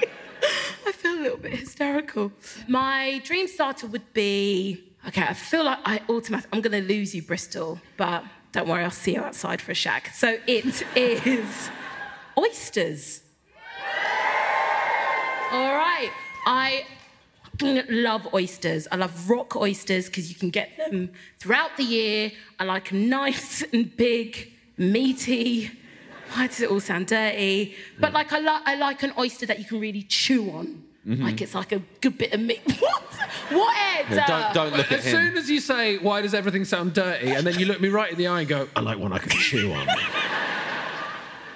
[SPEAKER 4] I feel a little bit hysterical. My dream starter would be okay, I feel like I automatically, I'm going to lose you, Bristol, but don't worry, I'll see you outside for a shag. So it is oysters. All right. I fucking love oysters. I love rock oysters because you can get them throughout the year. I like them nice and big, meaty. Why does it all sound dirty? But like I, li- I like an oyster that you can really chew on. Like it's like a good bit of meat. What? What? Ed?
[SPEAKER 3] Mm-hmm. Yeah, don't, don't look at
[SPEAKER 1] as soon
[SPEAKER 3] him.
[SPEAKER 1] as you say, "Why does everything sound dirty?" and then you look me right in the eye and go, "I like one I can chew on."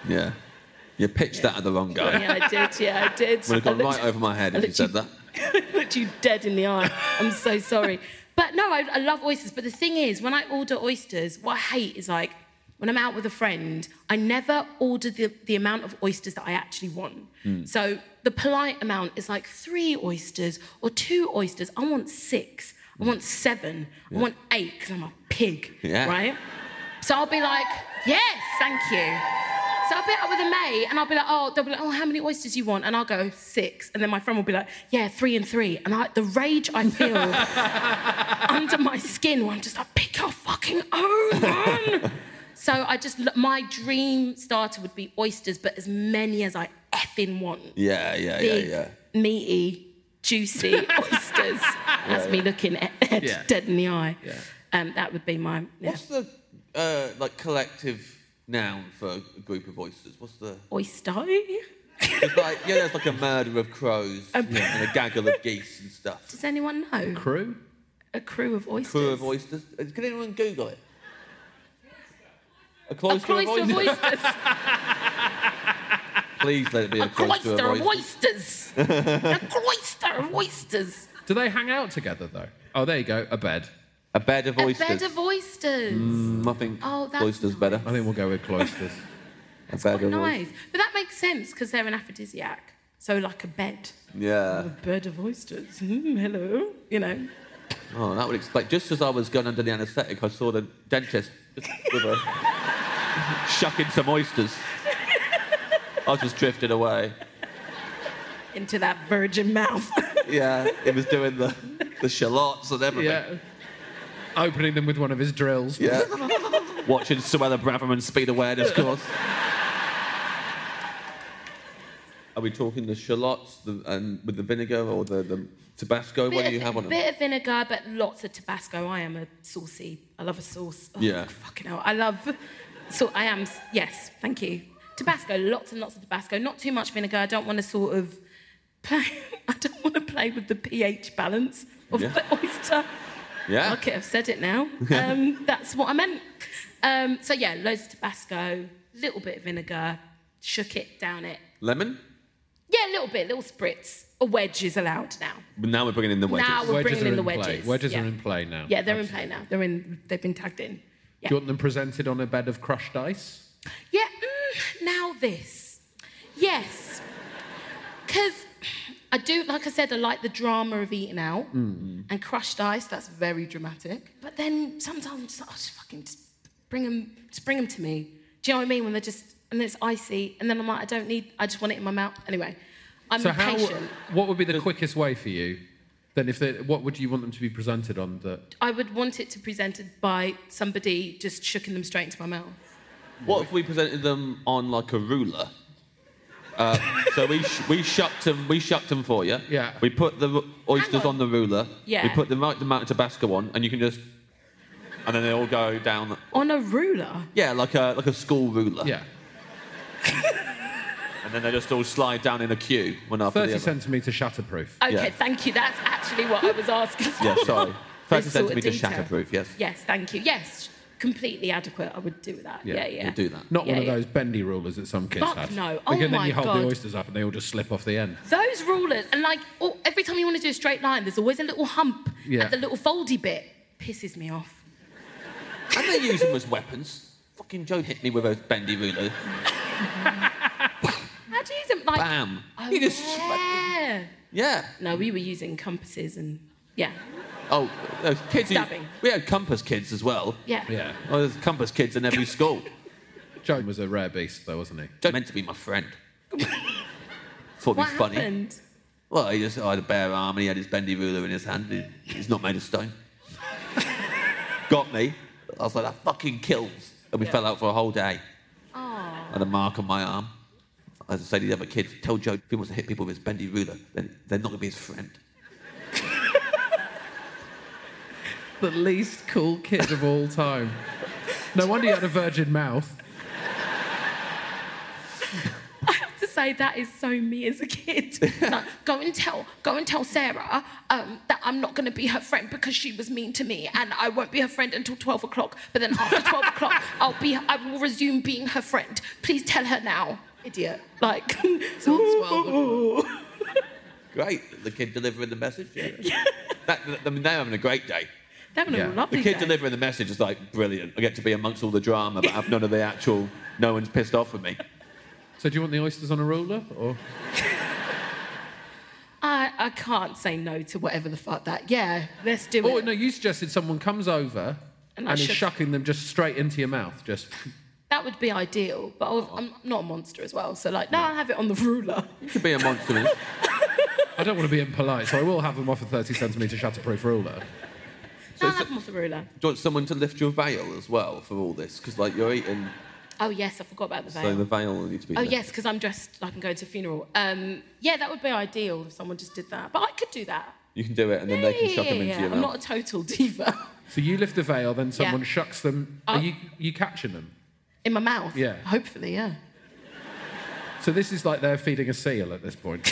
[SPEAKER 3] Yeah. You pitched that at the wrong guy.
[SPEAKER 4] Yeah, I did. Yeah, I did.
[SPEAKER 3] Would have gone
[SPEAKER 4] I looked-
[SPEAKER 3] right over my head
[SPEAKER 4] I
[SPEAKER 3] if you
[SPEAKER 4] looked
[SPEAKER 3] said that.
[SPEAKER 4] looked you dead in the eye. I'm so sorry. But no, I, I love oysters. But the thing is, when I order oysters, what I hate is like when I'm out with a friend, I never order the, the amount of oysters that I actually want.
[SPEAKER 3] Hmm.
[SPEAKER 4] So the polite amount is like three oysters or two oysters. I want six. I want seven. I want eight because I'm a pig,
[SPEAKER 3] Yeah.
[SPEAKER 4] right? So I'll be like, yes, thank you. So I'll be out with a mate and I'll be like, oh, they'll be like, oh, how many oysters do you want? And I'll go, six. And then my friend will be like, yeah, three and three. And I, the rage I feel under my skin where I'm just like, pick your fucking own one. so I just, look, my dream starter would be oysters, but as many as I effing want.
[SPEAKER 3] Yeah, yeah, yeah,
[SPEAKER 4] Big,
[SPEAKER 3] yeah.
[SPEAKER 4] meaty, juicy oysters. That's me looking at, Ed
[SPEAKER 1] Yeah.
[SPEAKER 4] dead in the eye. Um, that would be my, yeah.
[SPEAKER 3] What's the uh, like collective noun for a group of oysters? What's the
[SPEAKER 4] oyster.
[SPEAKER 3] It's like yeah, there's like a murder of crows and a gaggle of geese and stuff.
[SPEAKER 4] Does anyone know?
[SPEAKER 1] Crew?
[SPEAKER 4] A crew of oysters.
[SPEAKER 3] Crew of oysters. Uh, Can anyone Google it? A
[SPEAKER 4] A
[SPEAKER 3] cloister,
[SPEAKER 4] cloister of oysters.
[SPEAKER 3] Please let it be a
[SPEAKER 4] A
[SPEAKER 3] close to
[SPEAKER 4] cloister
[SPEAKER 3] a
[SPEAKER 4] of
[SPEAKER 3] voice.
[SPEAKER 4] oysters. a cloister of oysters.
[SPEAKER 1] Do they hang out together though? Oh, there you go, a bed.
[SPEAKER 3] A bed of oysters.
[SPEAKER 4] A bed of oysters.
[SPEAKER 3] Mm, I think
[SPEAKER 4] Oh, that's
[SPEAKER 3] oysters better.
[SPEAKER 1] I think we'll go with cloisters.
[SPEAKER 3] A bed
[SPEAKER 4] Quite
[SPEAKER 3] of
[SPEAKER 4] nice.
[SPEAKER 3] oysters.
[SPEAKER 4] But that makes sense because they're an aphrodisiac. So like a bed.
[SPEAKER 3] Yeah.
[SPEAKER 4] Bed of oysters. Mm, hello. You know.
[SPEAKER 3] Oh, that would explain. Just as I was going under the anaesthetic, I saw the dentist just with a shucking some oysters. I just drifted away.
[SPEAKER 4] Into that virgin mouth.
[SPEAKER 3] Yeah, it was doing the the shallots and everything.
[SPEAKER 1] yeah. Opening them with one of his drills.
[SPEAKER 3] Yeah. Watching Suella Braverman speed awareness course. Are we talking the shallots the, and with the vinegar or the, the Tabasco? What do you
[SPEAKER 4] of,
[SPEAKER 3] have on
[SPEAKER 4] bit
[SPEAKER 3] it?
[SPEAKER 4] of vinegar, but lots of Tabasco. I am a saucy. I love a sauce. Oh,
[SPEAKER 3] Yeah.
[SPEAKER 4] Fucking hell. I love. So I am. Yes. Thank you. Tabasco. Lots and lots of Tabasco. Not too much vinegar. I don't want to sort of play. I don't want to play with the pH balance of
[SPEAKER 3] Yeah.
[SPEAKER 4] the oyster.
[SPEAKER 3] Yeah.
[SPEAKER 4] Okay, I've said it now. Um, that's what I meant. Um, so yeah, loads of Tabasco, little bit of vinegar, shook it, down it.
[SPEAKER 3] Lemon?
[SPEAKER 4] Yeah, a little bit, little spritz. A wedge is allowed now.
[SPEAKER 3] But now we're bringing in the wedges.
[SPEAKER 4] Now Ah, we're
[SPEAKER 1] Wedges
[SPEAKER 4] bringing
[SPEAKER 1] are
[SPEAKER 4] in the
[SPEAKER 1] in
[SPEAKER 4] wedges.
[SPEAKER 1] play. Wedges
[SPEAKER 4] yeah.
[SPEAKER 1] are in play now.
[SPEAKER 4] Yeah, they're in play now. They're in. They've been tagged in. Yeah.
[SPEAKER 1] Do you want them presented on a bed of crushed ice?
[SPEAKER 4] Yeah. Mm, now this. Yes. Because I do, like I said, I like the drama of eating out
[SPEAKER 3] Hmm.
[SPEAKER 4] and crushed ice. That's very dramatic. But then sometimes I'm just like, oh, just fucking just bring them, just bring 'em to me. Do you know what I mean? When they're just and it's icy, and then I'm like, I don't need. I just want it in my mouth anyway. I'm
[SPEAKER 1] So how?
[SPEAKER 4] impatient.
[SPEAKER 1] What would be the quickest way for you? Then, if they, what would you want them to be presented on? The
[SPEAKER 4] I would want it to presented by somebody just shooking them straight into my mouth.
[SPEAKER 3] What if we presented them on like a ruler? Uh, so we sh- we shucked them we shucked them for you.
[SPEAKER 1] Yeah.
[SPEAKER 3] We put the ru- oysters
[SPEAKER 4] Hang on.
[SPEAKER 3] on. the ruler.
[SPEAKER 4] Yeah.
[SPEAKER 3] We put the right amount of Tabasco on, and you can just, and then they all go down.
[SPEAKER 4] On a ruler.
[SPEAKER 3] Yeah, like a like a school ruler.
[SPEAKER 1] yeah,
[SPEAKER 3] And then they just all slide down in a queue one after the
[SPEAKER 1] thirty
[SPEAKER 3] other.
[SPEAKER 1] centimeter shatterproof.
[SPEAKER 4] Okay,
[SPEAKER 3] Yeah.
[SPEAKER 4] thank you. That's actually what I was asking for.
[SPEAKER 3] Yeah, sorry.
[SPEAKER 4] This
[SPEAKER 3] Thirty
[SPEAKER 4] sort of
[SPEAKER 3] centimeters
[SPEAKER 4] detail.
[SPEAKER 3] shatterproof. Yes.
[SPEAKER 4] Yes, thank you. Yes, completely adequate. I would do that. Yeah, yeah.
[SPEAKER 3] We'll do that.
[SPEAKER 1] Not one
[SPEAKER 4] Yeah,
[SPEAKER 1] of
[SPEAKER 4] yeah.
[SPEAKER 1] those bendy rulers that some kids
[SPEAKER 4] Fuck
[SPEAKER 1] had.
[SPEAKER 4] no. Oh
[SPEAKER 1] Because then
[SPEAKER 4] my
[SPEAKER 1] you hold
[SPEAKER 4] God.
[SPEAKER 1] the oysters up and they all just slip off the end.
[SPEAKER 4] Those rulers, and like oh, every time you want to do a straight line, there's always a little hump
[SPEAKER 1] Yeah.
[SPEAKER 4] at the little foldy bit. Pisses me off.
[SPEAKER 3] And they use them as weapons. Fucking Joe hit me with a bendy ruler.
[SPEAKER 4] How do you use them? Like,
[SPEAKER 3] Bam.
[SPEAKER 4] Oh,
[SPEAKER 3] You just-
[SPEAKER 4] yeah.
[SPEAKER 3] Yeah.
[SPEAKER 4] No, we were using compasses and yeah,
[SPEAKER 3] Oh, those kids. who-
[SPEAKER 4] Stabbing.
[SPEAKER 3] we had compass kids as well.
[SPEAKER 4] yeah.
[SPEAKER 1] Yeah.
[SPEAKER 3] Oh, there's compass kids in every school.
[SPEAKER 1] Joe was a rare beast, though, wasn't he?
[SPEAKER 3] Don't meant to be my friend. Thought it'd
[SPEAKER 4] What
[SPEAKER 3] be funny.
[SPEAKER 4] happened?
[SPEAKER 3] Well, he just had a bare arm and he had his bendy ruler in his hand. He- he's not made of stone. Got me. I was like, that fucking kills. And we fell out for a whole day.
[SPEAKER 4] Oh,
[SPEAKER 3] I had a mark on my arm. As I say to the other kids, tell Joe if he wants to hit people with his bendy ruler, then they're not going to be his friend.
[SPEAKER 1] The least cool kid of all time. No wonder you had a virgin mouth.
[SPEAKER 4] to say that is so me as a kid. Like, go and tell, go and tell Sarah um, that I'm not going to be her friend because she was mean to me, and I won't be her friend until 12 o'clock. But then after 12 o'clock, I'll be, I will resume being her friend. Please tell her now, idiot. Like,
[SPEAKER 3] Great. The kid delivering the message. Yeah. that, I mean, they're having a great day.
[SPEAKER 4] they're having
[SPEAKER 1] Yeah.
[SPEAKER 4] a lovely
[SPEAKER 3] The kid
[SPEAKER 4] day.
[SPEAKER 3] delivering the message is like brilliant. I get to be amongst all the drama, but have none of the actual. No one's pissed off with me.
[SPEAKER 1] So, do you want the oysters on a ruler? Or
[SPEAKER 4] I, I can't say no to whatever the fuck that. Yeah, let's do
[SPEAKER 1] oh
[SPEAKER 4] it.
[SPEAKER 1] no, you suggested someone comes over
[SPEAKER 4] And
[SPEAKER 1] and,
[SPEAKER 4] I
[SPEAKER 1] is
[SPEAKER 4] should-
[SPEAKER 1] shucking them just straight into your mouth. Just
[SPEAKER 4] That would be ideal, but I've- I'm not a monster as well. So like, no, I have it on the ruler.
[SPEAKER 3] You could be a monster. in it.
[SPEAKER 1] I don't want to be impolite, so I will have them off a thirty centimeter shatterproof ruler.
[SPEAKER 4] no, I have them off the ruler.
[SPEAKER 3] Do you want someone to lift your veil as well for all this? Because like you're eating,
[SPEAKER 4] Oh yes, I forgot about the veil.
[SPEAKER 3] so the veil needs to be.
[SPEAKER 4] Oh
[SPEAKER 3] lifted.
[SPEAKER 4] yes, because I'm dressed like I'm going to a funeral. Um, yeah, that would be ideal if someone just did that. But I could do that.
[SPEAKER 3] You can do it, and then they can
[SPEAKER 4] Yeah,
[SPEAKER 3] shove them
[SPEAKER 4] yeah,
[SPEAKER 3] into
[SPEAKER 4] yeah.
[SPEAKER 3] your
[SPEAKER 4] I'm
[SPEAKER 3] mouth.
[SPEAKER 4] not a total diva
[SPEAKER 1] So you lift the veil, then someone
[SPEAKER 4] Yeah.
[SPEAKER 1] shucks them.
[SPEAKER 4] Oh.
[SPEAKER 1] Are you you catching them?
[SPEAKER 4] in my mouth.
[SPEAKER 1] Yeah.
[SPEAKER 4] Hopefully, yeah.
[SPEAKER 1] So this is like they're feeding a seal at this point.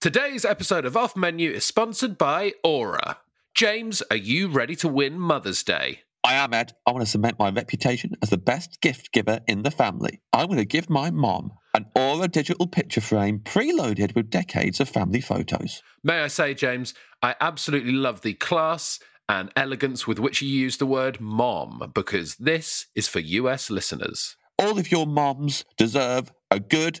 [SPEAKER 1] Today's episode of Off Menu is sponsored by Aura. James, are you ready to win Mother's Day?
[SPEAKER 3] I am Ed. I want to cement my reputation as the best gift giver in the family. I'm going to give my mom an Aura digital picture frame preloaded with decades of family photos.
[SPEAKER 1] May I say, James, I absolutely love the class and elegance with which you use the word mom because this is for US listeners.
[SPEAKER 3] All of your moms deserve a good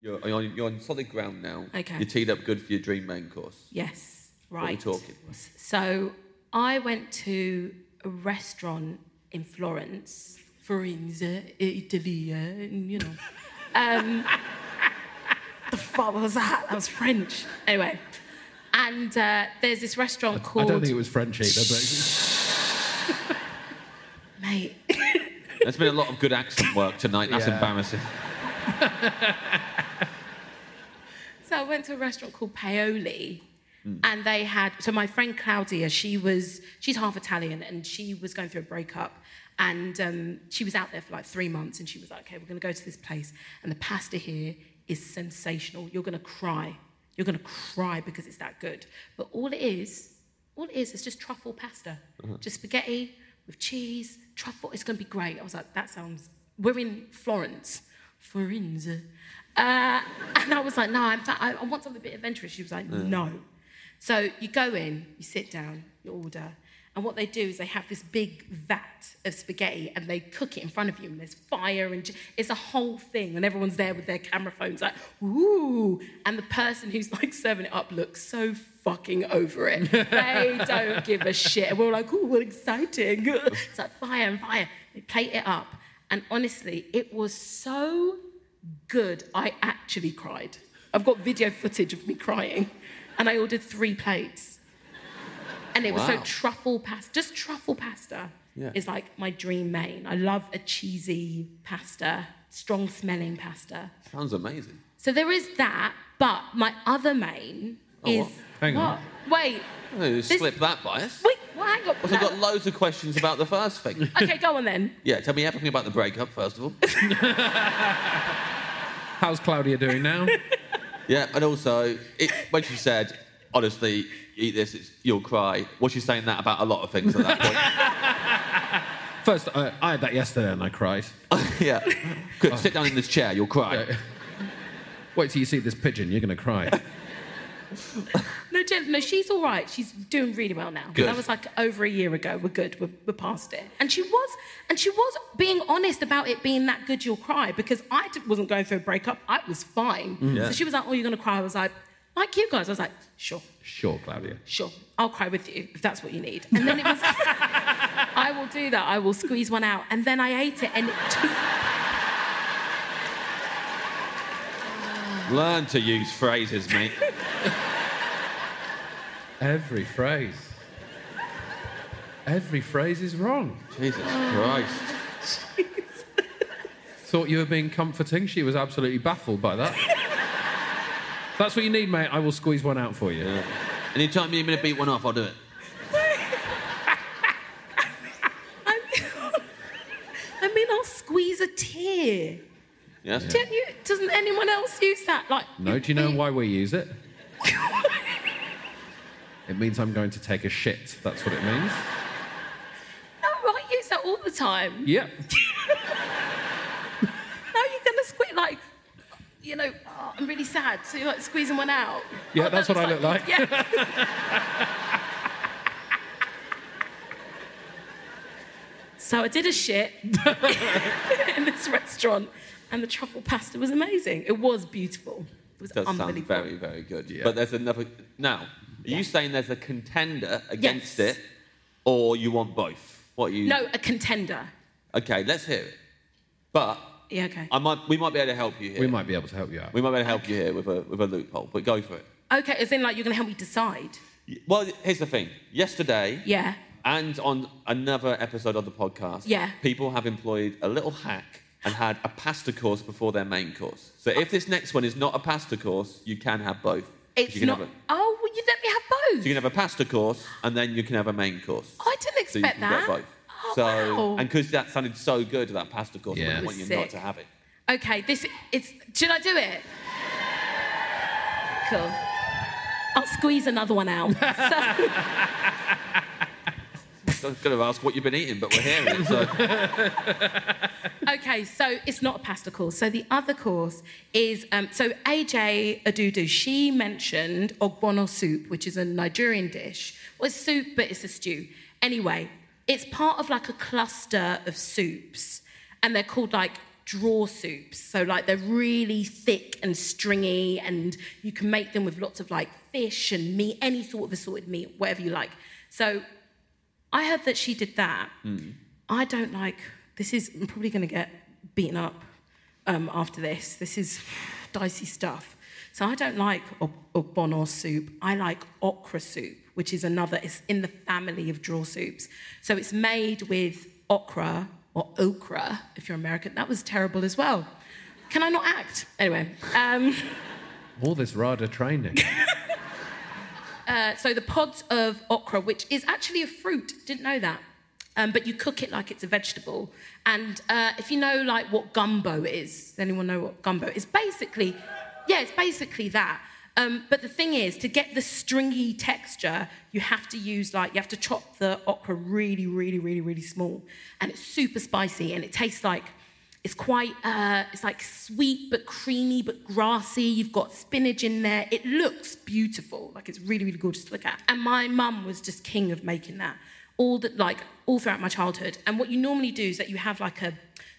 [SPEAKER 3] You're, you're, on, you're on solid ground now.
[SPEAKER 4] Okay. You're
[SPEAKER 3] teed up good for your dream main course.
[SPEAKER 4] Yes,
[SPEAKER 3] are we
[SPEAKER 4] right.
[SPEAKER 3] talking?
[SPEAKER 4] So I went to a restaurant in Florence, Firenze, Italy, uh, and, you know. Um, the fuck was that? That was French. Anyway, and uh, there's this restaurant called.
[SPEAKER 1] was French either, but
[SPEAKER 4] Mate,
[SPEAKER 3] There's been a lot of good accent work tonight. That's
[SPEAKER 1] Yeah.
[SPEAKER 3] embarrassing.
[SPEAKER 4] So I went to a restaurant called Paoli, and they had. So my friend Claudia, she was she's half Italian, and she was going through a breakup, and um, she was out there for like three months, and she was like, "Okay, we're going to go to this place, and the pasta here is sensational. You're going to cry. You're going to cry because it's that good. But all it is, all it is, is just truffle pasta, just spaghetti with cheese, truffle. It's going to be great." I was like, "That sounds." We're in Florence. Firenze. Uh, and I was like, no, I'm fa- I, I want something a bit adventurous. She was like, no. So you go in, you sit down, you order. And what they do is they have this big vat of spaghetti and they cook it in front of you, and there's fire, and j- it's a whole thing. And everyone's there with their camera phones, like, ooh. And the person who's like serving it up looks so fucking over it. they don't give a shit. And we're like, ooh, what exciting. it's like fire and fire. They plate it up. And honestly, it was so good, I actually cried. I've got video footage of me crying. And I ordered three plates. And it was so
[SPEAKER 3] Wow.
[SPEAKER 4] truffle pasta, just truffle pasta is like my dream main. I love a cheesy pasta, strong smelling pasta.
[SPEAKER 3] Sounds amazing.
[SPEAKER 4] So there is that, but my other main is.
[SPEAKER 3] Oh, what?
[SPEAKER 1] Hang
[SPEAKER 4] what?
[SPEAKER 1] on.
[SPEAKER 4] Wait,
[SPEAKER 3] Oh, you
[SPEAKER 4] This-
[SPEAKER 3] slipped that by us.
[SPEAKER 4] wait, well, hang on.
[SPEAKER 3] Also, I've
[SPEAKER 4] No.
[SPEAKER 3] got loads of questions about the first thing.
[SPEAKER 4] okay, go on then.
[SPEAKER 3] Yeah, tell me everything about the breakup, first of all.
[SPEAKER 1] how's Claudia doing now?
[SPEAKER 3] Yeah, and also, it, when she said, honestly, eat this, it's, you'll cry, was she saying that about a lot of things at that point?
[SPEAKER 1] First, I, I had that yesterday and I cried.
[SPEAKER 3] yeah. Good. Sit down in this chair. You'll cry.
[SPEAKER 1] Wait till you see this pigeon, you're going to cry.
[SPEAKER 4] No, Jen, no, she's all right. She's doing really well now.
[SPEAKER 3] Good.
[SPEAKER 4] That was like over a year ago. We're good. We're, we're past it. And she was, and she was being honest about it being that good. You'll cry because I d- wasn't going through a breakup. I was fine.
[SPEAKER 3] Mm.
[SPEAKER 4] So she was like, "Oh, you're gonna cry." I was like, "Like you guys." I was like, "Sure,
[SPEAKER 1] Sure, Claudia.
[SPEAKER 4] sure. I'll cry with you if that's what you need." And then it was, "I will do that. I will squeeze one out." And then I ate it, and it just.
[SPEAKER 3] Learn to use phrases, mate.
[SPEAKER 1] Every phrase. Every phrase is wrong.
[SPEAKER 3] Jesus Christ.
[SPEAKER 1] Thought you were being comforting. She was absolutely baffled by that. That's what you need, mate. I will squeeze one out for you.
[SPEAKER 3] Anytime you're going to beat one off, I'll do it.
[SPEAKER 4] I I mean, I'll squeeze a tear.
[SPEAKER 3] Yeah.
[SPEAKER 4] Don't you, doesn't anyone else use that? Like,
[SPEAKER 1] No, do you know why we use it? It means I'm going to take a shit. That's what it means.
[SPEAKER 4] No, I use that all the time.
[SPEAKER 1] Yep.
[SPEAKER 4] No, you're gonna squeeze like, you know, "Oh, I'm really sad. So you're like squeezing one out.
[SPEAKER 1] Yeah,
[SPEAKER 4] Oh,
[SPEAKER 1] that's what I
[SPEAKER 4] was
[SPEAKER 1] look like.
[SPEAKER 4] Yeah. so I did a shit in this restaurant, and the truffle pasta was amazing. It was beautiful. It was
[SPEAKER 3] That sounds
[SPEAKER 4] unbelievable.
[SPEAKER 3] very, very good. But there's another. Now, are you saying there's a contender against
[SPEAKER 4] Yes.
[SPEAKER 3] it, or you want both? What you?
[SPEAKER 4] No, a contender.
[SPEAKER 3] Okay, let's hear it. But
[SPEAKER 4] Yeah, okay.
[SPEAKER 3] I might. We might be able to help you here.
[SPEAKER 1] We might be able to help you out.
[SPEAKER 3] We might be able to help you here with a with a loophole. But go for it.
[SPEAKER 4] Okay, as in like you're gonna help me decide.
[SPEAKER 3] Well, here's the thing. Yesterday.
[SPEAKER 4] Yeah.
[SPEAKER 3] And on another episode of the podcast,
[SPEAKER 4] Yeah.
[SPEAKER 3] people have employed a little hack and had a pasta course before their main course. So if this next one is not a pasta course, you can have both. 'Cause
[SPEAKER 4] It's
[SPEAKER 3] you can
[SPEAKER 4] not.
[SPEAKER 3] Have a,
[SPEAKER 4] Oh, well, you let me have both.
[SPEAKER 3] so you can have a pasta course and then you can have a main course.
[SPEAKER 4] I didn't
[SPEAKER 3] So you
[SPEAKER 4] expect
[SPEAKER 3] can
[SPEAKER 4] that.
[SPEAKER 3] get both.
[SPEAKER 4] Oh,
[SPEAKER 3] so
[SPEAKER 4] wow.
[SPEAKER 3] and because that sounded so good that pasta course,
[SPEAKER 1] Yeah.
[SPEAKER 3] I
[SPEAKER 1] It
[SPEAKER 3] want you
[SPEAKER 4] was
[SPEAKER 3] not
[SPEAKER 4] sick.
[SPEAKER 3] to have it.
[SPEAKER 4] Okay, this it's. Should I do it? Cool. I'll squeeze another one out. So,
[SPEAKER 3] I was going to ask what you've been eating, but we're hearing it. So
[SPEAKER 4] okay, so it's not a pasta course. So the other course is um, so AJ Adudu. She mentioned ogbono soup, which is a Nigerian dish. Well, it's soup, but it's a stew. Anyway, it's part of like a cluster of soups, and they're called like draw soups. So like they're really thick and stringy, and you can make them with lots of like fish and meat, any sort of assorted meat, whatever you like. So I heard that she did that.
[SPEAKER 3] Hmm.
[SPEAKER 4] I don't like this. Is I'm probably going to get beaten up um, after this. This is dicey stuff. So I don't like ob- ogbono soup. I like okra soup, which is another. It's in the family of draw soups. So it's made with okra or okra. If you're American, that was terrible as well. Can I not act? Anyway, um,
[SPEAKER 1] All this RADA training.
[SPEAKER 4] uh, so the pods of okra, which is actually a fruit, didn't know that. Um, but you cook it like it's a vegetable. And uh, if you know like what gumbo is, does anyone know what gumbo is? Basically, yeah, it's basically that. Um, but the thing is, to get the stringy texture, you have to use like you have to chop the okra really, really, really, really small, and it's super spicy and it tastes like it's quite uh, it's like sweet but creamy but grassy. You've got spinach in there. It looks beautiful, like it's really really gorgeous to look at. And my mum was just king of making that all that like all throughout my childhood. And what you normally do is that you have like a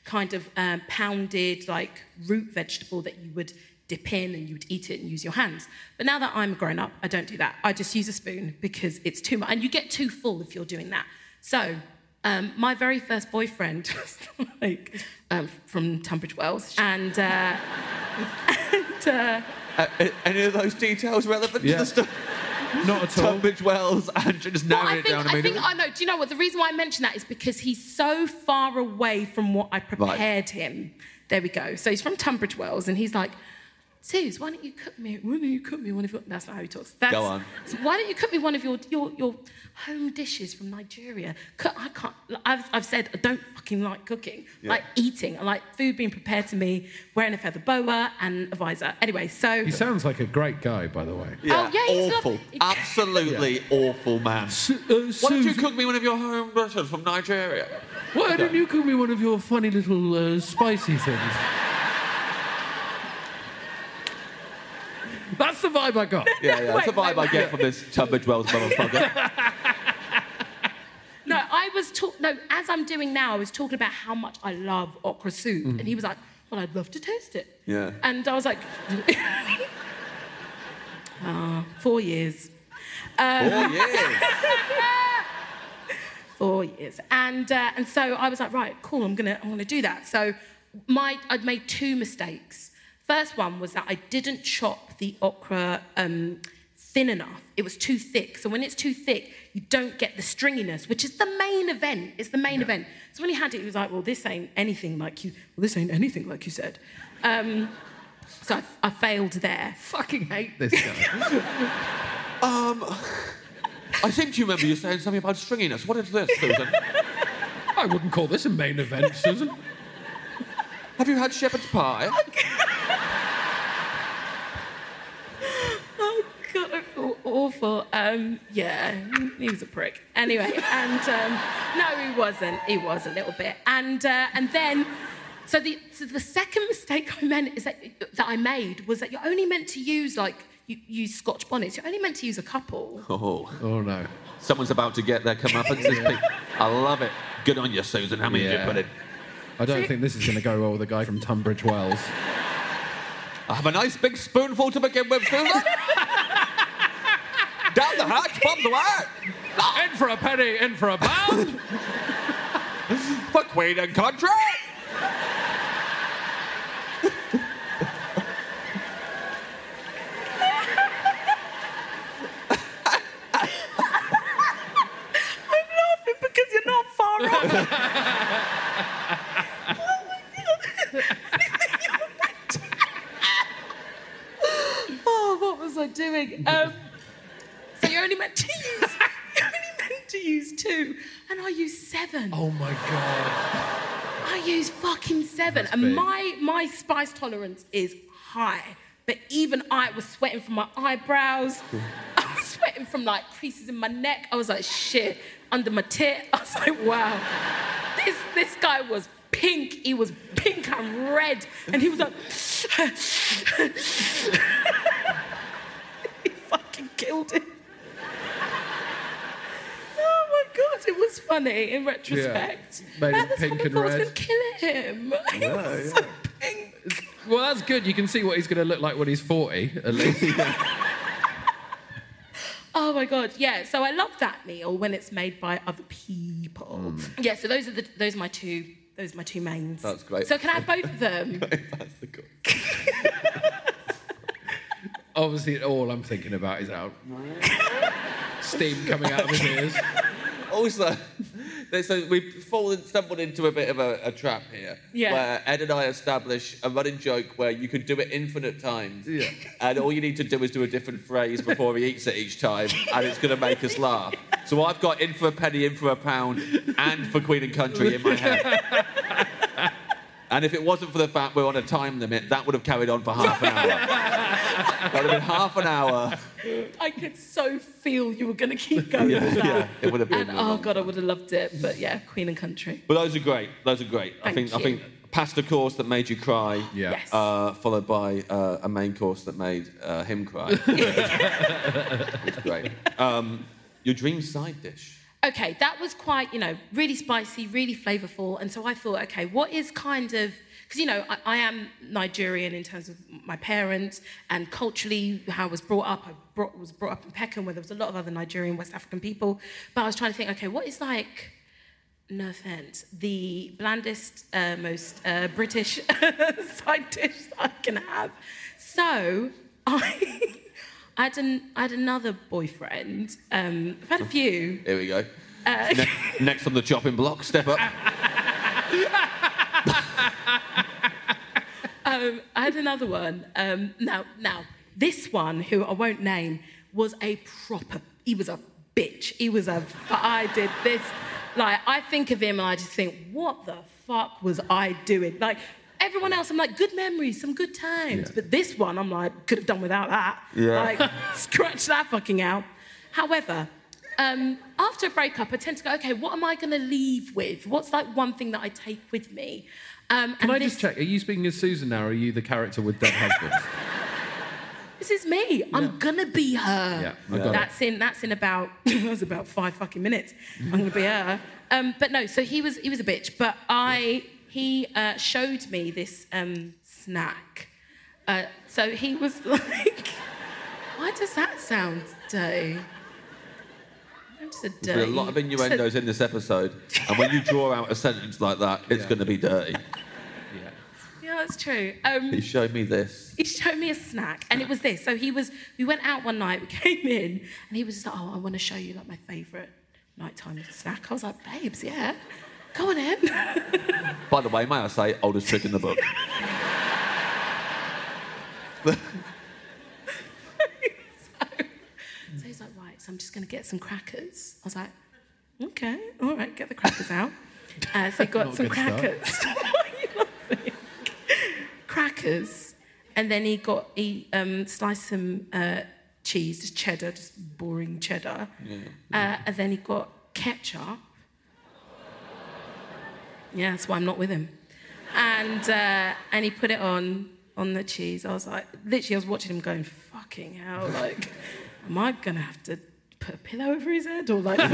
[SPEAKER 4] kind of um, pounded like root vegetable that you would dip in and you'd eat it and use your hands. But now that I'm grown up, I don't do that. I just use a spoon because it's too much, and you get too full if you're doing that. So um, my very first boyfriend was like um, from Tunbridge Wells, and, uh, and uh,
[SPEAKER 3] uh, any of those details relevant
[SPEAKER 1] Yeah.
[SPEAKER 3] to the story?
[SPEAKER 1] Not at all.
[SPEAKER 3] Tunbridge Wells and just
[SPEAKER 4] well, I
[SPEAKER 3] narrowing it
[SPEAKER 4] think
[SPEAKER 3] down
[SPEAKER 4] I
[SPEAKER 3] immediately.
[SPEAKER 4] think I know. Do you know what the reason why I mention that is because he's so far away from what I prepared him. There we go. So he's from Tunbridge Wells, and he's like. Suze, why don't you cook me? Why don't you cook me one of your? That's not how he talks. That's,
[SPEAKER 3] Go on.
[SPEAKER 4] So why don't you cook me one of your your, your home dishes from Nigeria? Cook, I can't. I've, I've said I don't fucking like cooking. I Like eating. I like food being prepared to me. Wearing a feather boa and a visor. Anyway, so
[SPEAKER 1] He sounds like a great guy, by the way.
[SPEAKER 4] Oh, yeah, he's
[SPEAKER 3] awful.
[SPEAKER 4] lovely.
[SPEAKER 3] Absolutely awful man.
[SPEAKER 1] S- uh,
[SPEAKER 3] Why don't you
[SPEAKER 1] Suze-
[SPEAKER 3] cook me one of your home dishes from Nigeria?
[SPEAKER 1] Why didn't you call me one of your funny little uh, spicy things? That's the vibe I got.
[SPEAKER 3] Yeah, yeah. That's the vibe I get from this Tunbridge Wells motherfucker.
[SPEAKER 4] No, I was talk. No, as I'm doing now, I was talking about how much I love okra soup, and he was like, "Well, I'd love to taste it."
[SPEAKER 3] Yeah.
[SPEAKER 4] And I was like, "Ah, four years, Um,
[SPEAKER 3] Four years.
[SPEAKER 4] four years." And uh, and so I was like, "Right, cool. I'm gonna I'm gonna do that." So my I'd made two mistakes. First one was that I didn't chop the okra um, thin enough. It was too thick. So when it's too thick, you don't get the stringiness, which is the main event. It's the main event. So when he had it, he was like, "Well, this ain't anything like you. Well, this ain't anything like you said." Um, so I, I failed there.
[SPEAKER 1] fucking hate this guy. Um,
[SPEAKER 3] I seem to remember you saying something about stringiness. What is this, Susan?
[SPEAKER 1] I wouldn't call this a main event, Susan.
[SPEAKER 3] Have you had shepherd's pie?
[SPEAKER 4] Oh God, I feel awful. Um, yeah, he was a prick. Anyway, and um, no, he wasn't. He was a little bit. And uh, and then, so the so the second mistake I meant is that that I made was that you're only meant to use like you use Scotch bonnets. You're only meant to use a couple.
[SPEAKER 3] Oh,
[SPEAKER 1] Oh no.
[SPEAKER 3] someone's about to get their comeuppance. Pete. I love it. Good on you, Susan. How many did
[SPEAKER 1] Yeah.
[SPEAKER 3] you put in?
[SPEAKER 1] I don't think this is going to go well with a guy from Tunbridge Wells.
[SPEAKER 3] I have a nice big spoonful to begin with, Susan. Down the hatch, bob's away.
[SPEAKER 1] in for a penny, in for a pound.
[SPEAKER 3] For Queen and country.
[SPEAKER 4] laughing because you're not far off. oh my god. oh, what was I doing? Um, so you're only meant to use you're only meant to use two, and I used seven.
[SPEAKER 1] oh my god.
[SPEAKER 4] I use fucking seven, and
[SPEAKER 1] big.
[SPEAKER 4] my my spice tolerance is high. But even I was sweating from my eyebrows. I was sweating from like creases in my neck. I was like, shit, under my tit. I was like, wow, this this guy was pink. He was pink and red, and he was like, he fucking killed it. Oh my god, it was funny in retrospect.
[SPEAKER 1] Made
[SPEAKER 4] Man,
[SPEAKER 1] it
[SPEAKER 4] this
[SPEAKER 1] pink
[SPEAKER 4] woman thought I was
[SPEAKER 1] and red.
[SPEAKER 4] gonna kill him. He was so pink.
[SPEAKER 1] Well, that's good. You can see what he's going to look like when he's 40, at least.
[SPEAKER 4] Oh my god, yeah. So I love that meal when it's made by other people. Yeah. So those are the those are my two those are my two mains.
[SPEAKER 3] Mm. That's great.
[SPEAKER 4] So can I have both of them?
[SPEAKER 3] That's the good.
[SPEAKER 1] Obviously, all I'm thinking about is out. Steam coming out of his ears.
[SPEAKER 3] Also, there's a, we've fallen, stumbled into a bit of a, a trap here.
[SPEAKER 4] Yeah.
[SPEAKER 3] Where Ed and I establish a running joke where you can do it infinite times.
[SPEAKER 1] Yeah.
[SPEAKER 3] And all you need to do is do a different phrase before he eats it each time, and it's going to make us laugh. So I've got in for a penny, in for a pound, and for Queen and Country in my head. And if it wasn't for the fact we're on a time limit, that would have carried on for half an hour. that would have been half an hour.
[SPEAKER 4] I could so feel you were gonna keep going with that.
[SPEAKER 3] Yeah, it would have been.
[SPEAKER 4] And oh god, I would have loved it. But yeah, Queen and Country.
[SPEAKER 3] But those are great. Those are great. I
[SPEAKER 4] Thank
[SPEAKER 3] think I
[SPEAKER 4] you.
[SPEAKER 3] think pasta course that made you cry.
[SPEAKER 1] Yeah.
[SPEAKER 4] Yes.
[SPEAKER 3] Uh, followed by uh, a main course that made uh, him cry. It's great. Um, your dream side dish.
[SPEAKER 4] okay, that was quite, you know, really spicy, really flavorful. And so I thought, okay, what is kind of, because, you know, I, I am Nigerian in terms of my parents and culturally how I was brought up. I brought, was brought up in Peckham where there was a lot of other Nigerian, West African people. But I was trying to think, okay, what is like, no offense, the blandest, uh, most uh, British side dish that I can have. So I. I had, an, I had another boyfriend. Um, I've had a few.
[SPEAKER 3] Here we go.
[SPEAKER 4] Uh,
[SPEAKER 3] Ne- next on the chopping block, step up.
[SPEAKER 4] Um, I had another one. Um, now, now, this one, who I won't name, was a proper. He was a bitch. He was a. fu- I did this. Like, I think of him and I just think, what the fuck was I doing? Like, everyone else, I'm like, good memories, some good times. But this one, I'm like, could have done without that.
[SPEAKER 3] Yeah.
[SPEAKER 4] Like, scratch that fucking out. However, um, after a breakup, I tend to go, okay, what am I going to leave with? What's like one thing that I take with me? Um,
[SPEAKER 1] Can
[SPEAKER 4] and
[SPEAKER 1] I
[SPEAKER 4] this,
[SPEAKER 1] just check? Are you speaking as Susan now, or are you the character with dead husbands?
[SPEAKER 4] This is me. I'm gonna be her.
[SPEAKER 1] Yeah, I got it.
[SPEAKER 4] that's in that's in about that was about five fucking minutes. I'm gonna be her. Um, but no, so he was he was a bitch. But I he uh, showed me this um, snack. Uh, so he was like, why does that sound dirty? I'm just a dirty.
[SPEAKER 3] There's been a lot of innuendos in this episode, and when you draw out a sentence like that, it's going to be dirty.
[SPEAKER 4] Yeah, that's true. Um,
[SPEAKER 3] He showed me this.
[SPEAKER 4] he showed me a snack and it was this so he was we went out one night we came in and he was just like oh i want to show you like my favorite nighttime snack i was like babes yeah go on in
[SPEAKER 3] By the way, may I say, oldest trick in the book.
[SPEAKER 4] so he's like right so i'm just going to get some crackers i was like okay all right get the crackers out uh, so he got some
[SPEAKER 1] good
[SPEAKER 4] crackers
[SPEAKER 1] start.
[SPEAKER 4] Why are you laughing? crackers and then he got he um, sliced some uh, cheese just cheddar just boring cheddar Uh, and then he got ketchup Yeah, that's why I'm not with him. And uh, and he put it on on the cheese. I was like, literally, I was watching him going, fucking hell, like, am I gonna have to put a pillow over his head or like for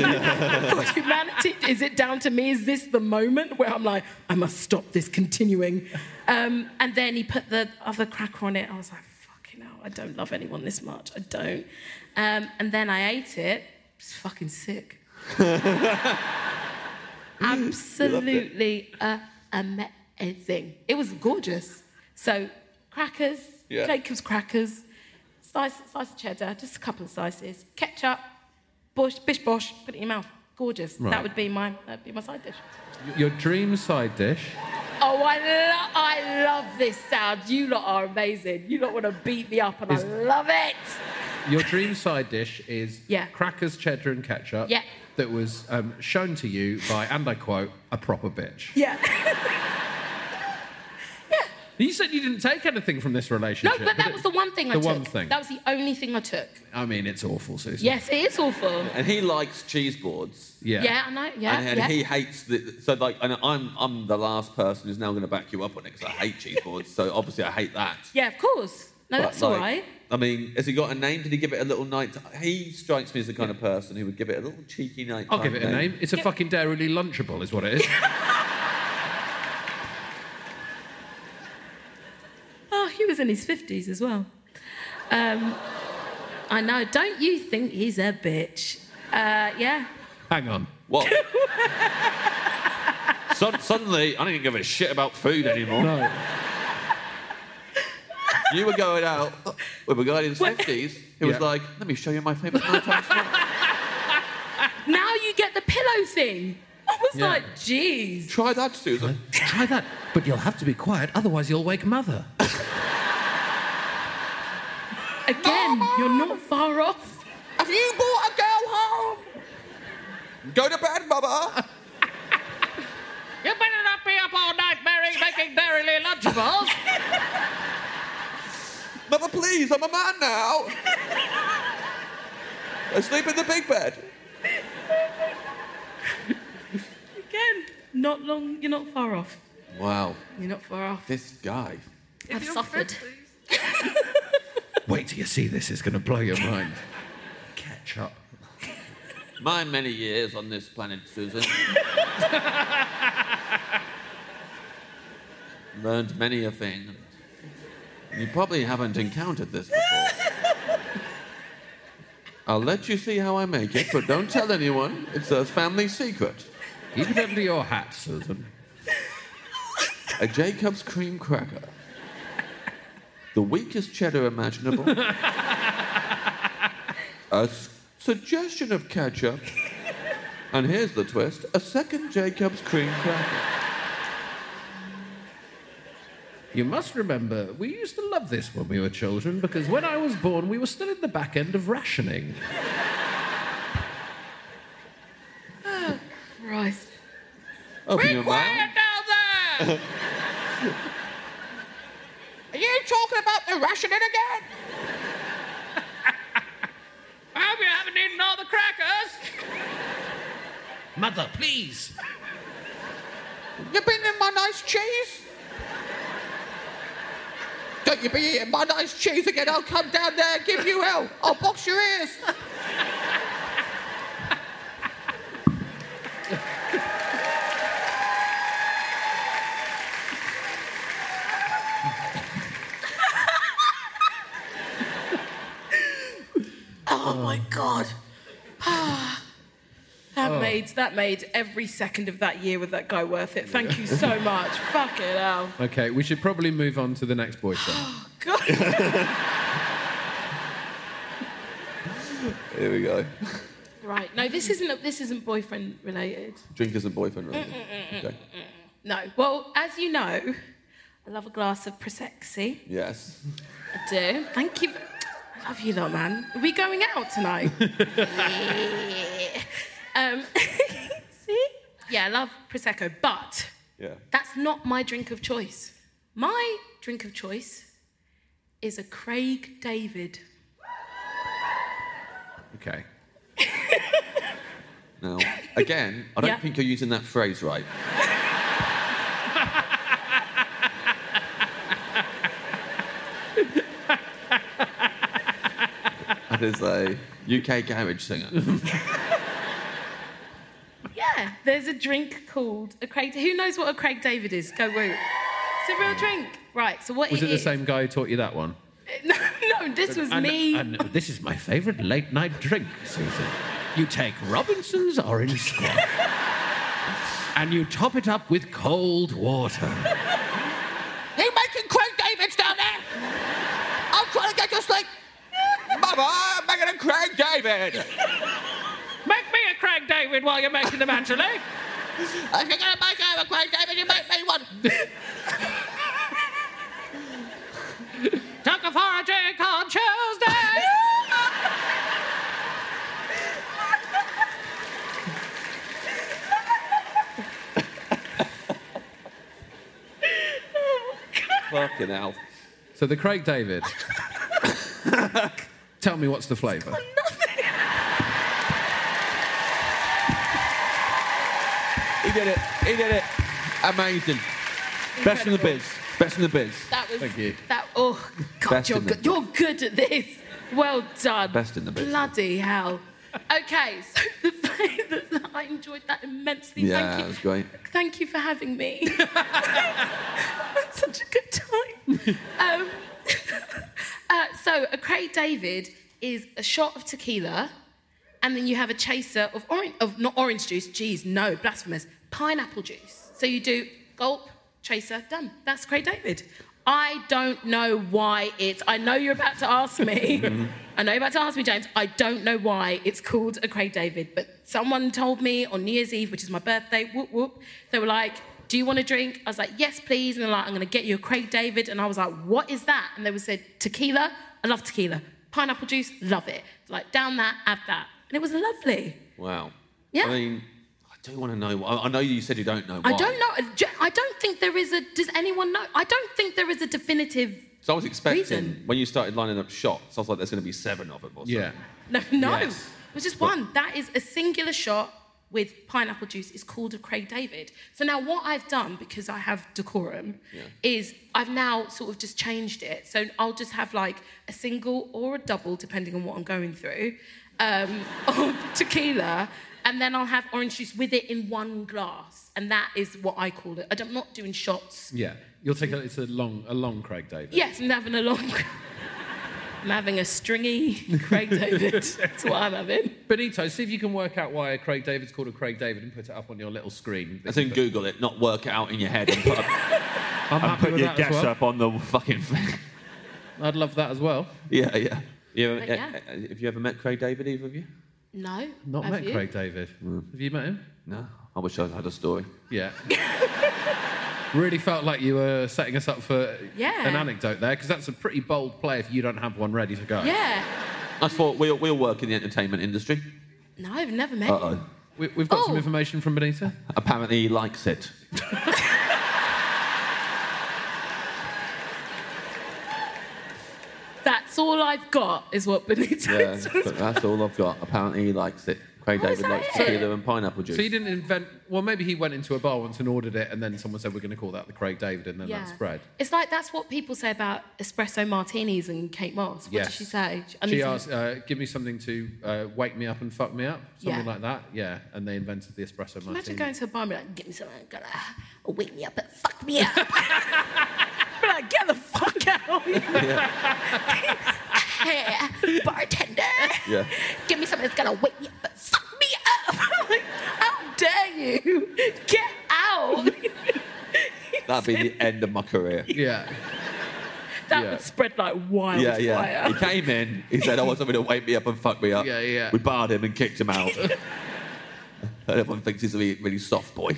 [SPEAKER 4] humanity? Is it down to me? Is this the moment where I'm like, I must stop this continuing? Um, and then he put the other cracker on it. I was like, fucking hell, I don't love anyone this much. I don't. Um, and then I ate it. It's fucking sick. Absolutely uh, amazing. It was gorgeous. So, crackers,
[SPEAKER 3] Yeah.
[SPEAKER 4] Jacob's crackers, slice, slice of cheddar, just a couple of slices, ketchup, bosh, bish bosh, put it in your mouth. Gorgeous. That would be my that'd be my side dish.
[SPEAKER 1] Your dream side dish.
[SPEAKER 4] Oh, I lo- I love this sound. You lot are amazing. You lot want to beat me up, and I love it.
[SPEAKER 1] Your dream side dish is
[SPEAKER 4] Yeah.
[SPEAKER 1] crackers, cheddar, and ketchup.
[SPEAKER 4] Yeah.
[SPEAKER 1] That was um, shown to you by, and I quote, a proper bitch.
[SPEAKER 4] Yeah.
[SPEAKER 1] You said you didn't take anything from this
[SPEAKER 4] no,
[SPEAKER 1] relationship.
[SPEAKER 4] but that
[SPEAKER 1] it-
[SPEAKER 4] was the one thing I
[SPEAKER 1] the
[SPEAKER 4] took.
[SPEAKER 1] one thing.
[SPEAKER 4] That was the only thing I took.
[SPEAKER 1] I mean, it's awful, Susan.
[SPEAKER 4] Yes, it is awful.
[SPEAKER 3] And he likes cheese boards.
[SPEAKER 1] Yeah.
[SPEAKER 4] Yeah, I know. Yeah,
[SPEAKER 3] and, and
[SPEAKER 4] yeah.
[SPEAKER 3] he hates the so like and I'm I'm the last person who's now going to back you up on it because I hate cheese boards so obviously I hate that.
[SPEAKER 4] Yeah, of course. No,
[SPEAKER 3] But,
[SPEAKER 4] that's all
[SPEAKER 3] like,
[SPEAKER 4] right.
[SPEAKER 3] I mean, has he got a name? Did he give it a little night? He strikes me as the kind of person who would give it a little cheeky night.
[SPEAKER 1] I'll give it a name. It's a fucking Dairyly Lunchable, is what it is.
[SPEAKER 4] Oh, he was in his 50s as well. Um, I know. Don't you think he's a bitch? Uh, yeah.
[SPEAKER 1] Hang on.
[SPEAKER 3] What? Sud- suddenly, I don't even give a shit about food anymore.
[SPEAKER 1] No.
[SPEAKER 3] You were going out with a guy in his
[SPEAKER 4] What?
[SPEAKER 3] 50s who was
[SPEAKER 1] Yeah.
[SPEAKER 3] like, let me show you my favourite nighttime snack.
[SPEAKER 4] Now you get the pillow thing. I was
[SPEAKER 1] Yeah.
[SPEAKER 4] like, jeez.
[SPEAKER 3] Try that, Susan.
[SPEAKER 1] Try that, but you'll have to be quiet, otherwise you'll wake mother.
[SPEAKER 4] Again, you're not far off.
[SPEAKER 3] Have you brought a girl home? Go to bed, Bubba.
[SPEAKER 1] You better not be up all night, Mary, making Dairyly Lunchables.
[SPEAKER 3] Mother, please, I'm a man now. I sleep in the big bed.
[SPEAKER 4] Again, not long. You're not far off.
[SPEAKER 3] Wow,
[SPEAKER 4] You're not far off.
[SPEAKER 3] this guy.
[SPEAKER 4] I've suffered.
[SPEAKER 1] Wait till you see this, it's going to blow your mind. Ketchup.
[SPEAKER 3] My many years on this planet, Susan. Learned many a thing. You probably haven't encountered this before. I'll let you see how I make it, but don't tell anyone. It's a family secret.
[SPEAKER 1] Keep it under your hat, Susan.
[SPEAKER 3] a Jacob's cream cracker, the weakest cheddar imaginable, a s- suggestion of ketchup, and here's the twist a second Jacob's cream cracker.
[SPEAKER 1] You must remember, we used to love this when we were children because when I was born, we were still in the back end of rationing.
[SPEAKER 4] Christ.
[SPEAKER 3] Open your mouth.
[SPEAKER 4] down there! Are you talking about the rationing again?
[SPEAKER 1] How you haven't eaten all the crackers? Mother, please.
[SPEAKER 3] You been in my nice cheese? Don't you be eating my nice cheese again. I'll come down there and give you hell. I'll box your ears.
[SPEAKER 4] Oh
[SPEAKER 3] Um,
[SPEAKER 4] my god. that made that made every second of that year with that guy worth it. Thank you so much. Fucking hell.
[SPEAKER 1] Okay, we should probably move on to the next boyfriend.
[SPEAKER 4] God.
[SPEAKER 3] Here we go.
[SPEAKER 4] right. No, this isn't this isn't boyfriend related.
[SPEAKER 3] Drinkers and boyfriend, right?
[SPEAKER 4] Mm,
[SPEAKER 3] Okay.
[SPEAKER 4] No. Well, as you know, I love a glass of prosecco.
[SPEAKER 3] Yes.
[SPEAKER 4] I do. Thank you. I love you lot, man. Are we going out tonight? Yeah. Um, see? Yeah, I love prosecco, but
[SPEAKER 3] Yeah.
[SPEAKER 4] that's not my drink of choice. My drink of choice is a Craig David.
[SPEAKER 1] Okay.
[SPEAKER 3] Now, again, I don't
[SPEAKER 4] Yeah.
[SPEAKER 3] think you're using that phrase right. that is a UK garage singer.
[SPEAKER 4] Yeah, there's a drink called a Craig. Who knows what a Craig David is? Go root. It's a real drink, right? So what
[SPEAKER 1] Was it the
[SPEAKER 4] is-
[SPEAKER 1] same guy who taught you that one?
[SPEAKER 4] No, no, this was
[SPEAKER 1] And- uh,
[SPEAKER 4] me.
[SPEAKER 1] And this is my favourite late night drink, Susan. You take Robinson's orange squash and you top it up with cold water.
[SPEAKER 3] You making Craig Davids down there? I'm trying to get you sleep. Mama, I'm making a Craig David.
[SPEAKER 1] Make me a Craig David while you're making them, Angela.
[SPEAKER 3] If you're gonna make him a Craig David, you make me one.
[SPEAKER 1] Took her for a drink on Tuesday.
[SPEAKER 3] Fucking hell.
[SPEAKER 1] So the Craig David. Tell me what's the flavour?
[SPEAKER 3] He did it. He did it. Amazing. Best in the biz. Best in the biz.
[SPEAKER 4] That was
[SPEAKER 1] Thank you.
[SPEAKER 4] that. Oh God,
[SPEAKER 3] Best
[SPEAKER 4] you're
[SPEAKER 3] in the-
[SPEAKER 4] good. You're good at this. Well done.
[SPEAKER 3] Best in the business.
[SPEAKER 4] Bloody hell. Okay, so the fact that I enjoyed that immensely.
[SPEAKER 3] Yeah,
[SPEAKER 4] Thank you.
[SPEAKER 3] it was great.
[SPEAKER 4] Thank you for having me. Had such a good time. Um, uh, so a Craig David is a shot of tequila, and then you have a chaser of orange, of not orange juice. Geez, no, blasphemous. Pineapple juice. So you do gulp, chaser, done. That's Craig David. I don't know why it's. I know you're about to ask me. I know you're about to ask me, James. I don't know why it's called a Craig David, but someone told me on New Year's Eve, which is my birthday, whoop whoop, they were like, Do you want a drink? I was like, Yes, please. And they're like, I'm going to get you a Craig David. And I was like, What is that? And they would said, Tequila. I love tequila. Pineapple juice. Love it. Like, down that, add that. And it was lovely.
[SPEAKER 3] Wow.
[SPEAKER 4] Yeah.
[SPEAKER 3] I mean, I do want to know. I I know you said you don't know. Why.
[SPEAKER 4] I don't know. J- I don't think there is a. Does anyone know? I don't think there is a definitive.
[SPEAKER 3] So I was expecting
[SPEAKER 4] Reason.
[SPEAKER 3] when you started lining up shots, I was like, there's going to be seven of them. Or something.
[SPEAKER 1] Yeah.
[SPEAKER 4] No, no.
[SPEAKER 3] Yes.
[SPEAKER 4] It was just one. That is a singular shot with pineapple juice. It's called a Craig David. So now what I've done, because I have decorum, is I've now sort of just changed it. So I'll just have like a single or a double, depending on what I'm going through, um, of tequila. And then I'll have orange juice with it in one glass. And that is what I call it. I don't- I'm not doing shots.
[SPEAKER 1] Yeah. You'll take a, it's a long a long Craig David.
[SPEAKER 4] Yes, I'm having a long. I'm having a stringy Craig David. That's what I'm having.
[SPEAKER 1] Benito, see if you can work out why a Craig David's called a Craig David and put it up on your little screen.
[SPEAKER 3] As in, Google it, not work it out in your head and put, a,
[SPEAKER 1] I'm happy
[SPEAKER 3] put
[SPEAKER 1] with
[SPEAKER 3] your
[SPEAKER 1] that
[SPEAKER 3] guess
[SPEAKER 1] as well.
[SPEAKER 3] up on the fucking thing.
[SPEAKER 1] I'd love that as well.
[SPEAKER 3] yeah, yeah. You ever,
[SPEAKER 4] But yeah.
[SPEAKER 3] uh, uh, have you ever met Craig David, either of you?
[SPEAKER 4] No.
[SPEAKER 1] Not
[SPEAKER 4] have
[SPEAKER 1] met
[SPEAKER 4] you?
[SPEAKER 1] Craig David. Have you met him?
[SPEAKER 3] No. I wish I had a story.
[SPEAKER 1] Yeah. really felt like you were setting us up for
[SPEAKER 4] Yeah.
[SPEAKER 1] an anecdote there, because that's a pretty bold play if you don't have one ready to go.
[SPEAKER 4] Yeah.
[SPEAKER 3] I thought we we all work in the entertainment industry.
[SPEAKER 4] No, I've never met
[SPEAKER 3] Uh
[SPEAKER 4] him.
[SPEAKER 3] oh.
[SPEAKER 1] We, we've got some
[SPEAKER 4] Oh.
[SPEAKER 1] information from Benito.
[SPEAKER 3] Apparently, he likes it.
[SPEAKER 4] That's all I've got, is what Benito
[SPEAKER 3] Yeah,
[SPEAKER 4] says.
[SPEAKER 3] but that's all I've got. Apparently, he likes it. Craig
[SPEAKER 4] Oh, is
[SPEAKER 3] David
[SPEAKER 4] that
[SPEAKER 3] likes
[SPEAKER 4] it?
[SPEAKER 3] tequila and pineapple juice.
[SPEAKER 1] So he didn't invent. Well, maybe he went into a bar once and ordered it, and then someone said we're going to call that the Craig David, and then
[SPEAKER 4] Yeah.
[SPEAKER 1] that spread.
[SPEAKER 4] It's like that's what people say about espresso martinis and Kate Moss. What did
[SPEAKER 1] Yes.
[SPEAKER 4] she say?
[SPEAKER 1] She
[SPEAKER 4] Unless-
[SPEAKER 1] asked, uh, "Give me something to uh, wake me up and fuck me up, something
[SPEAKER 4] Yeah.
[SPEAKER 1] like that." Yeah, and they invented the espresso
[SPEAKER 4] Imagine
[SPEAKER 1] martini.
[SPEAKER 4] going to a bar and be like, give me something, gotta wake me up and fuck me up. Be like, get the fuck out. hey, bartender.
[SPEAKER 3] Yeah.
[SPEAKER 4] Give me something that's gonna wake me up and fuck me up. Like, How dare you? Get out.
[SPEAKER 3] That'd be the end of my career.
[SPEAKER 1] yeah,
[SPEAKER 4] that
[SPEAKER 1] Yeah.
[SPEAKER 4] would spread like wildfire.
[SPEAKER 3] Yeah, yeah. He came in. He said, "I want somebody to wake me up and fuck me up."
[SPEAKER 1] Yeah, yeah.
[SPEAKER 3] We barred him and kicked him out. And Everyone thinks he's a really, really soft boy.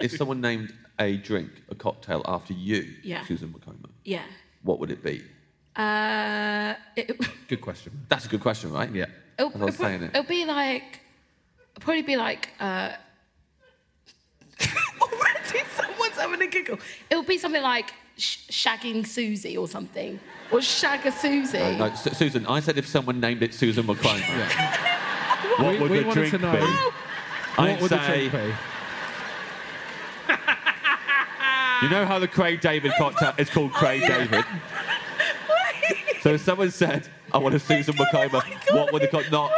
[SPEAKER 3] if someone named a drink, a cocktail after you,
[SPEAKER 4] Yeah.
[SPEAKER 3] Susan McComa,
[SPEAKER 4] Yeah.
[SPEAKER 3] what would it be?
[SPEAKER 4] Uh, it,
[SPEAKER 1] good question.
[SPEAKER 3] That's a good question, right?
[SPEAKER 1] Yeah,
[SPEAKER 4] it'll,
[SPEAKER 3] As I was
[SPEAKER 4] it'll,
[SPEAKER 3] saying it.
[SPEAKER 4] it'll be like, it'll probably be like, uh, already someone's having a giggle. It'll be something like sh- shagging Susie or something, or shag a Susie.
[SPEAKER 3] No, Su- Susan. I said if someone named it Susan McComa, what
[SPEAKER 1] We-
[SPEAKER 3] would
[SPEAKER 1] we
[SPEAKER 3] the
[SPEAKER 1] wanted
[SPEAKER 3] drink
[SPEAKER 1] to know.
[SPEAKER 3] be?
[SPEAKER 1] What
[SPEAKER 3] I'd
[SPEAKER 1] would
[SPEAKER 3] say.
[SPEAKER 1] the drink be?
[SPEAKER 3] You know how the Craig David cocktail is called Craig David? So if someone said, I
[SPEAKER 1] Oh
[SPEAKER 3] want a Susan McComa, what would the cocktail... Not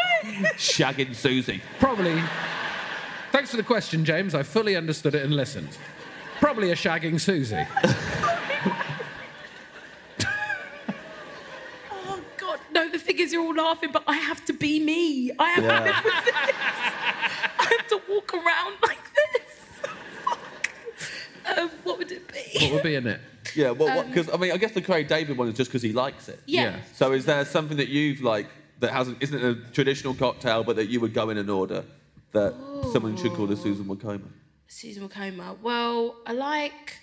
[SPEAKER 3] shagging Susie.
[SPEAKER 1] Probably. Thanks for the question, James. I fully understood it and listened. Probably a shagging Susie.
[SPEAKER 4] Oh God, no. The thing is, you're all laughing, but I have to be me. I have to live with this. I have to walk around like this. Fuck. Um, what would it be?
[SPEAKER 1] What would be in it?
[SPEAKER 3] Yeah, well, because, I mean, I guess the Craig David one is just because he likes it.
[SPEAKER 4] Um, Yeah.
[SPEAKER 3] So is there something that you've, like, that hasn't... Isn't a traditional cocktail, but that you would go in and order that someone should call a Susan McComa?
[SPEAKER 4] Susan McComa. Well, I like.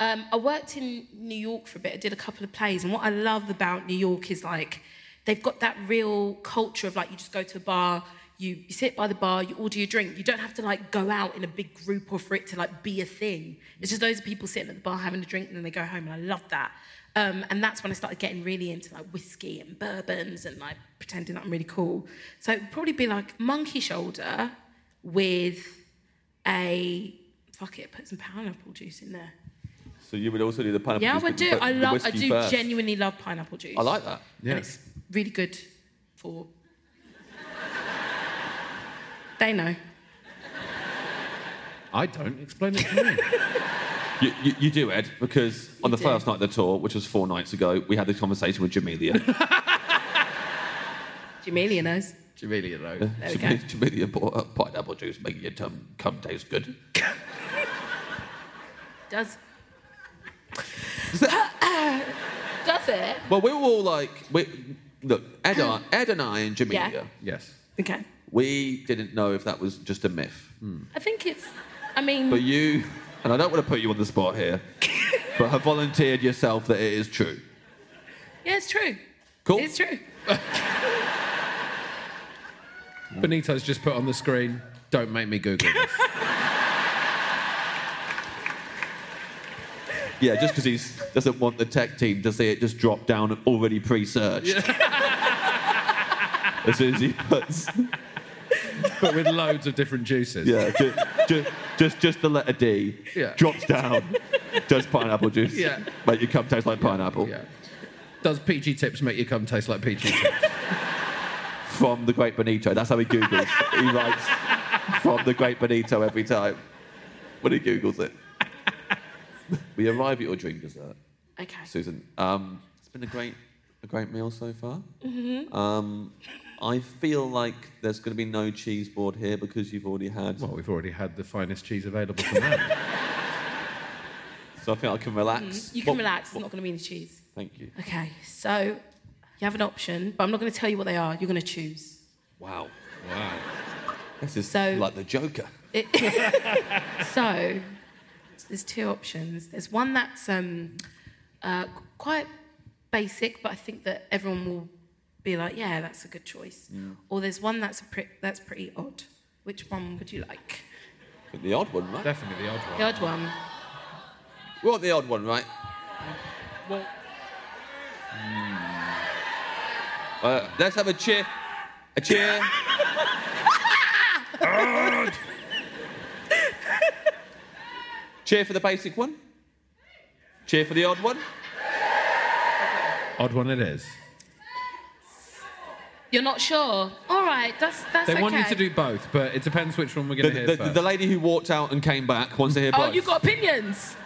[SPEAKER 4] Um, I worked in New York for a bit. I did a couple of plays, and what I love about New York is like they've got that real culture of like you just go to a bar, you, you sit by the bar, you order your drink. You don't have to like go out in a big group or for it to like be a thing. It's just loads of people sitting at the bar having a drink, and then they go home, and I love that. Um, and that's when I started getting really into like whiskey and bourbons and like pretending that I'm really cool. So it'd probably be like monkey shoulder with a fuck it, put some pineapple juice in there.
[SPEAKER 3] So you would also do the pineapple
[SPEAKER 4] Yeah, I
[SPEAKER 3] juice,
[SPEAKER 4] would
[SPEAKER 3] but-
[SPEAKER 4] do.
[SPEAKER 3] but
[SPEAKER 4] I
[SPEAKER 3] the
[SPEAKER 4] love. I
[SPEAKER 3] whiskey
[SPEAKER 4] do
[SPEAKER 3] first.
[SPEAKER 4] genuinely love pineapple juice.
[SPEAKER 3] I like that.
[SPEAKER 1] Yeah.
[SPEAKER 4] And it's really good for. They know.
[SPEAKER 1] I don't. Explain it to me.
[SPEAKER 3] You, you, you do, Ed, because on the
[SPEAKER 4] do.
[SPEAKER 3] first night of the tour, which was four nights ago, we had this conversation with Jamelia.
[SPEAKER 4] Jamelia knows.
[SPEAKER 1] Jamelia, though.
[SPEAKER 4] There we go.
[SPEAKER 3] Jamelia, Uh, Jamelia bought up pineapple juice, making your tum cum taste good.
[SPEAKER 4] Does. Does it?
[SPEAKER 3] Well, we were all like, we, look, Ed, and I- Ed and I and Jamelia,
[SPEAKER 4] Yeah.
[SPEAKER 1] Yes.
[SPEAKER 4] Okay.
[SPEAKER 3] we didn't know if that was just a myth.
[SPEAKER 1] Hmm.
[SPEAKER 4] I think it's. I mean,
[SPEAKER 3] But you, and I don't want to put you on the spot here, but have volunteered yourself that it is true.
[SPEAKER 4] yeah, it's true.
[SPEAKER 3] Cool.
[SPEAKER 4] It's true.
[SPEAKER 1] Benito's just put on the screen. Don't make me Google this.
[SPEAKER 3] Yeah, just because he doesn't want the tech team to see it just drop down already pre-searched. as soon as he puts
[SPEAKER 1] but with loads of different juices.
[SPEAKER 3] Yeah, just, just, just, just the letter D.
[SPEAKER 1] Yeah.
[SPEAKER 3] Drops down. Does pineapple juice.
[SPEAKER 1] Yeah.
[SPEAKER 3] Make your cum taste like pineapple.
[SPEAKER 1] Yeah. Does peachy tips make your cum taste like peachy tips?
[SPEAKER 3] From the Great Benito. That's how he Googles. he writes from the Great Benito every time when he Googles it. we arrive at your dream dessert,
[SPEAKER 4] Okay.
[SPEAKER 3] Susan. Um, it's been a great, a great meal so far. Um, I feel like there's going to be no cheese board here because you've already had.
[SPEAKER 1] well, we've already had the finest cheese available for man.
[SPEAKER 3] So I think I can relax.
[SPEAKER 4] Mm-hmm. you can
[SPEAKER 3] What-
[SPEAKER 4] relax. It's not going to be any cheese.
[SPEAKER 3] Thank you.
[SPEAKER 4] Okay. So you have an option, but I'm not going to tell you what they are. You're going to choose.
[SPEAKER 3] Wow.
[SPEAKER 1] wow.
[SPEAKER 3] This is
[SPEAKER 4] So-
[SPEAKER 3] like the Joker.
[SPEAKER 4] So there's two options. There's one that's um, uh, qu- quite basic, but I think that everyone will be like, "Yeah, that's a good choice." Or there's one that's a pre- that's pretty odd. Which one would you like?
[SPEAKER 3] But the odd one, right?
[SPEAKER 1] Definitely the odd one.
[SPEAKER 4] The odd one.
[SPEAKER 3] We want the odd one, right?
[SPEAKER 1] Well,
[SPEAKER 3] Uh, let's have a cheer. A cheer. Cheer for the basic one. Cheer for the odd one.
[SPEAKER 1] Odd one it is.
[SPEAKER 4] You're not sure. All right, that's that's
[SPEAKER 1] They
[SPEAKER 4] okay.
[SPEAKER 1] want you to do both, but it depends which one we're
[SPEAKER 3] The,
[SPEAKER 1] going to hear
[SPEAKER 3] the-
[SPEAKER 1] first.
[SPEAKER 3] the lady who walked out and came back wants to hear
[SPEAKER 4] Oh,
[SPEAKER 3] both.
[SPEAKER 4] you got opinions.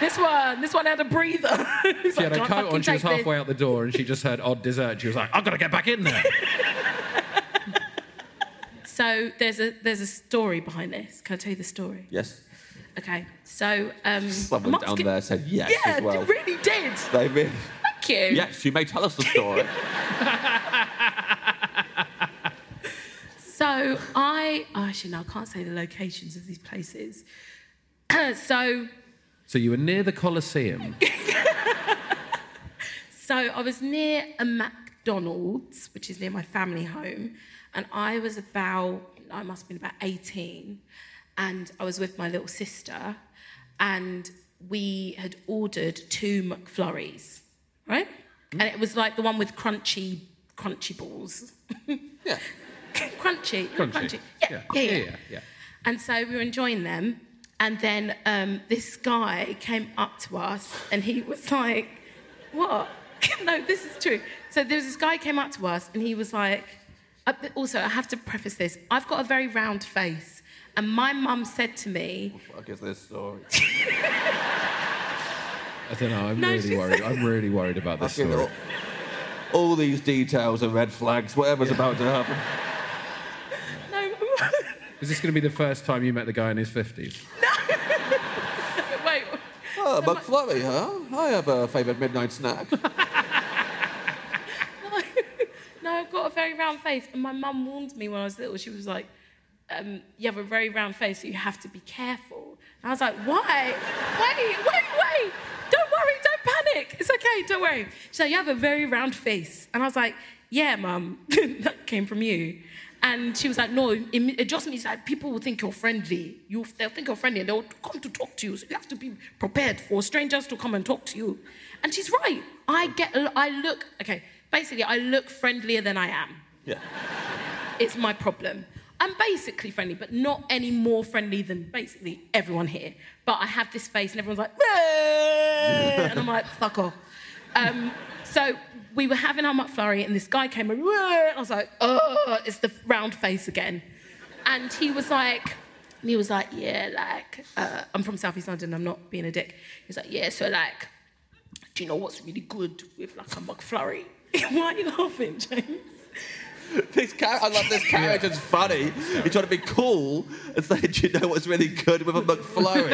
[SPEAKER 4] this one, this one had a breather. He's
[SPEAKER 1] she
[SPEAKER 4] like,
[SPEAKER 1] had a
[SPEAKER 4] "Can't
[SPEAKER 1] coat on,
[SPEAKER 4] fucking
[SPEAKER 1] she
[SPEAKER 4] take
[SPEAKER 1] was
[SPEAKER 4] this."
[SPEAKER 1] halfway out the door, and she just heard odd dessert. She was like, I've got to get back in there.
[SPEAKER 4] So there's a there's a story behind this. Can I tell you the story?
[SPEAKER 3] Yes.
[SPEAKER 4] Okay. So um,
[SPEAKER 3] Someone
[SPEAKER 4] I'm
[SPEAKER 3] down
[SPEAKER 4] asking-
[SPEAKER 3] there said yes
[SPEAKER 4] Yeah,
[SPEAKER 3] as well.
[SPEAKER 4] it really Oh. did.
[SPEAKER 3] They really-
[SPEAKER 4] Thank you.
[SPEAKER 3] Yes, you may tell us the story.
[SPEAKER 4] So I oh, actually no, I can't say the locations of these places. so
[SPEAKER 1] so you were near the Colosseum.
[SPEAKER 4] So I was near a McDonald's, which is near my family home, and I was about, I must have been about 18, and I was with my little sister, and we had ordered two McFlurries, right? And it was like the one with crunchy, crunchy balls.
[SPEAKER 3] yeah.
[SPEAKER 4] crunchy, you know,
[SPEAKER 1] Crunchy.
[SPEAKER 4] crunchy. Yeah, yeah, yeah.
[SPEAKER 1] yeah.
[SPEAKER 4] And so we were enjoying them. And then um, this guy came up to us and he was like, What? no, this is true. So there was this guy came up to us and he was like, uh, Also, I have to preface this I've got a very round face. And my mum said to me,
[SPEAKER 3] Fuck is this story?
[SPEAKER 1] I don't know, I'm
[SPEAKER 4] No,
[SPEAKER 1] really
[SPEAKER 4] she's-
[SPEAKER 1] worried. I'm really worried about this
[SPEAKER 3] Fucking
[SPEAKER 1] story.
[SPEAKER 3] all, all these details are red flags. Whatever's about to happen.
[SPEAKER 4] No,
[SPEAKER 1] Is this going to be the first time you met the guy in his 50s?
[SPEAKER 4] wait. So
[SPEAKER 3] Oh,
[SPEAKER 4] my-
[SPEAKER 3] McFlurry, huh? I have a favourite midnight snack.
[SPEAKER 4] No, no, I've got a very round face. And my mum warned me when I was little. She was like, um, you have a very round face, so you have to be careful. And I was like, why? Wait, wait, wait. Don't worry, don't panic. It's okay, don't worry. She's like, you have a very round face. And I was like, yeah, mum, that came from you. And she was like, no, it, it just means that people will think you're friendly. You, they'll think you're friendly and they'll come to talk to you. So you have to be prepared for strangers to come and talk to you. And she's right. I get, I look, okay, basically, I look friendlier than I am
[SPEAKER 3] yeah.
[SPEAKER 4] it's my problem. I'm basically friendly, but not any more friendly than basically everyone here. But I have this face, and everyone's like, "Whoa!" and I'm like, fuck off. Um, so we were having our McFlurry, and this guy came and, "Whoa," and I was like, oh, it's the round face again. And he was like, and he was like, yeah, like, uh, I'm from Southeast London, I'm not being a dick. He was like, yeah, so like, do you know what's really good with like a McFlurry? Why are you laughing, James?
[SPEAKER 3] This car- I love this character's funny. He's trying to be cool and say, do you know what's really good with a McFlurry?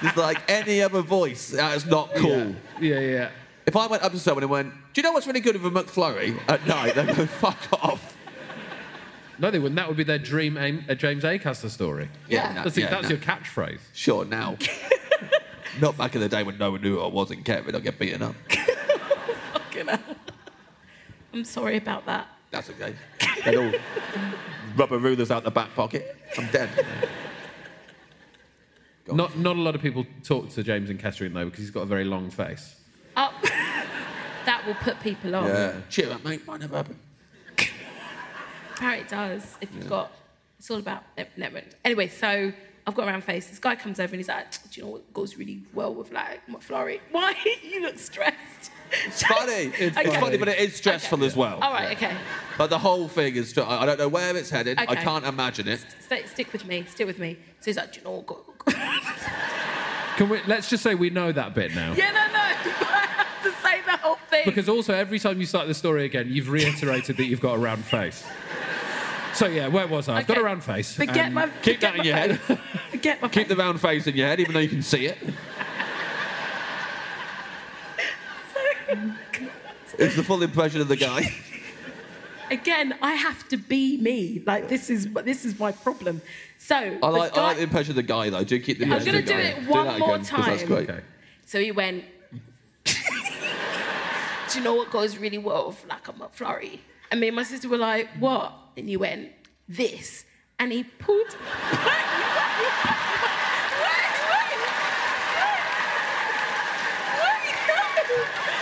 [SPEAKER 3] it's like any other voice. That is not cool.
[SPEAKER 1] Yeah, yeah.
[SPEAKER 3] If I went up to someone and went, do you know what's really good with a McFlurry at night? They'd go, fuck off.
[SPEAKER 1] No, they wouldn't. That would be their dream aim, a James Acaster story.
[SPEAKER 3] Yeah, no,
[SPEAKER 1] That's, the-
[SPEAKER 3] yeah,
[SPEAKER 1] that's
[SPEAKER 3] no.
[SPEAKER 1] your catchphrase.
[SPEAKER 3] Sure, now. not back in the day when no one knew who I was and cared if I'd get beaten up.
[SPEAKER 4] Fucking hell. I'm sorry about that.
[SPEAKER 3] That's okay. They'd all rubber rulers out the back pocket. I'm dead.
[SPEAKER 1] Not, not a lot of people talk to James and Catherine, though, because he's got a very long face.
[SPEAKER 4] Oh, that will put people off.
[SPEAKER 3] Yeah. Cheer up, mate. Might never happen.
[SPEAKER 4] Apparently it does. If you've got, it's all about net- network. Anyway, so I've got a round face. This guy comes over and he's like, "Do you know what goes really well with like my flurry? Why you look stressed?"
[SPEAKER 3] It's funny. It's
[SPEAKER 4] Okay.
[SPEAKER 3] funny, but it is stressful
[SPEAKER 4] Okay. Oh.
[SPEAKER 3] as well.
[SPEAKER 4] All right, okay.
[SPEAKER 3] But the whole thing is, stre- I I don't know where it's headed. I
[SPEAKER 4] Okay.
[SPEAKER 3] can't imagine it.
[SPEAKER 4] Stay, stick with me. Stick with me. So he's like, "Do you know what go?"
[SPEAKER 1] Can we, let's just say we know that bit now.
[SPEAKER 4] yeah, no, no. I have to say the whole thing.
[SPEAKER 1] Because also, every time you start the story again, you've reiterated that you've got a round face. So, yeah, where was I? I've got a
[SPEAKER 4] Okay.
[SPEAKER 1] round face.
[SPEAKER 4] Forget
[SPEAKER 1] and-
[SPEAKER 4] my.
[SPEAKER 3] Keep that in your head.
[SPEAKER 4] Forget my.
[SPEAKER 3] Keep the round face in your head, even though you can see it. it's the full impression of the guy.
[SPEAKER 4] again, I have to be me. Like this is this is my problem. So
[SPEAKER 3] I like, I like the impression of the guy, though. Do keep the
[SPEAKER 4] I'm
[SPEAKER 3] impression of the
[SPEAKER 4] gonna
[SPEAKER 3] guy.
[SPEAKER 4] do it one
[SPEAKER 3] that
[SPEAKER 4] more
[SPEAKER 3] again, 'cause That's
[SPEAKER 4] time.
[SPEAKER 3] great.
[SPEAKER 1] Okay.
[SPEAKER 4] so he went. Do you know what goes really well with like a McFlurry? And me and my sister were like, what? And he went, this. And he pulled. Wait, wait, wait, wait. Wait, no. No.